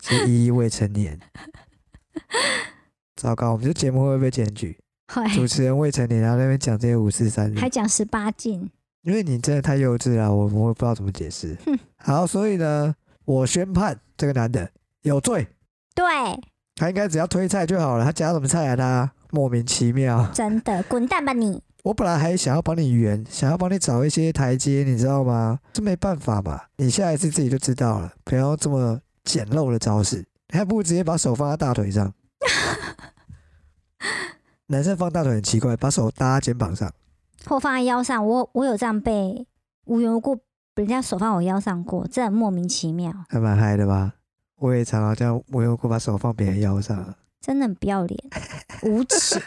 [SPEAKER 1] 是一一未成年。糟糕，我们这节目会不会被检举？
[SPEAKER 2] 会
[SPEAKER 1] 主持人未成年，然后在那边讲这些五四三的，
[SPEAKER 2] 还讲十八禁，
[SPEAKER 1] 因为你真的太幼稚了，我我不知道怎么解释
[SPEAKER 2] 哼。
[SPEAKER 1] 好，所以呢，我宣判这个男的有罪，
[SPEAKER 2] 对，
[SPEAKER 1] 他应该只要推菜就好了，他夹什么菜啊他？莫名其妙。
[SPEAKER 2] 真的，滚蛋吧你！
[SPEAKER 1] 我本来还想要帮你圆，想要帮你找一些台阶，你知道吗？这没办法嘛，你下一次自己就知道了，不要这么简陋的招式，还不如直接把手放在大腿上。 *laughs* 男生放大腿很奇怪，把手搭肩膀上，
[SPEAKER 2] 或放在腰上，我我有这样被无缘无故人家手放我腰上过，这很莫名其妙，
[SPEAKER 1] 还蛮嗨的吧？我也常常这样，我有过把手放别人腰上。
[SPEAKER 2] 真的很不要脸，无
[SPEAKER 1] *laughs*
[SPEAKER 2] 耻。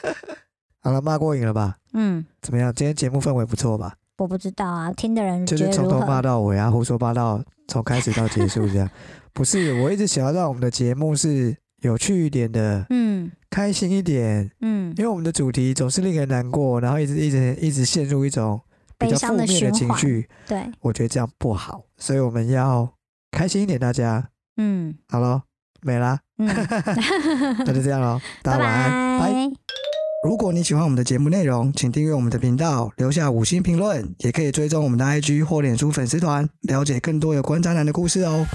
[SPEAKER 1] 好了，骂过瘾了吧？
[SPEAKER 2] 嗯，
[SPEAKER 1] 怎么样？今天节目氛围不错吧？
[SPEAKER 2] 我不知道啊，听的人
[SPEAKER 1] 就
[SPEAKER 2] 觉
[SPEAKER 1] 是
[SPEAKER 2] 得
[SPEAKER 1] 从
[SPEAKER 2] 如
[SPEAKER 1] 头骂
[SPEAKER 2] 何？
[SPEAKER 1] 到尾啊，胡说八道，从开始到结束这样。不是，我一直想要让我们的节目是有趣一点的，
[SPEAKER 2] 嗯
[SPEAKER 1] 开心一点，
[SPEAKER 2] 嗯，
[SPEAKER 1] 因为我们的主题总是令人难过，然后一直一直一直陷入一种比较
[SPEAKER 2] 悲
[SPEAKER 1] 负
[SPEAKER 2] 伤的
[SPEAKER 1] 面的
[SPEAKER 2] *laughs* 循
[SPEAKER 1] 情
[SPEAKER 2] 环
[SPEAKER 1] 绪，
[SPEAKER 2] 对，
[SPEAKER 1] 我觉得这样不好，所以我们要开心一点，大家。
[SPEAKER 2] 嗯
[SPEAKER 1] 好咯，没
[SPEAKER 2] *laughs*
[SPEAKER 1] 啦，
[SPEAKER 2] 嗯，
[SPEAKER 1] 那就这样咯，大
[SPEAKER 2] 拜
[SPEAKER 1] 家晚安，拜。
[SPEAKER 2] 拜。
[SPEAKER 1] 如果你喜欢我们的节目内容，请订阅我们的频道，留下五星评论，也可以追踪我们的 IG 或脸书粉丝团，了解更多有关渣男的故事哦。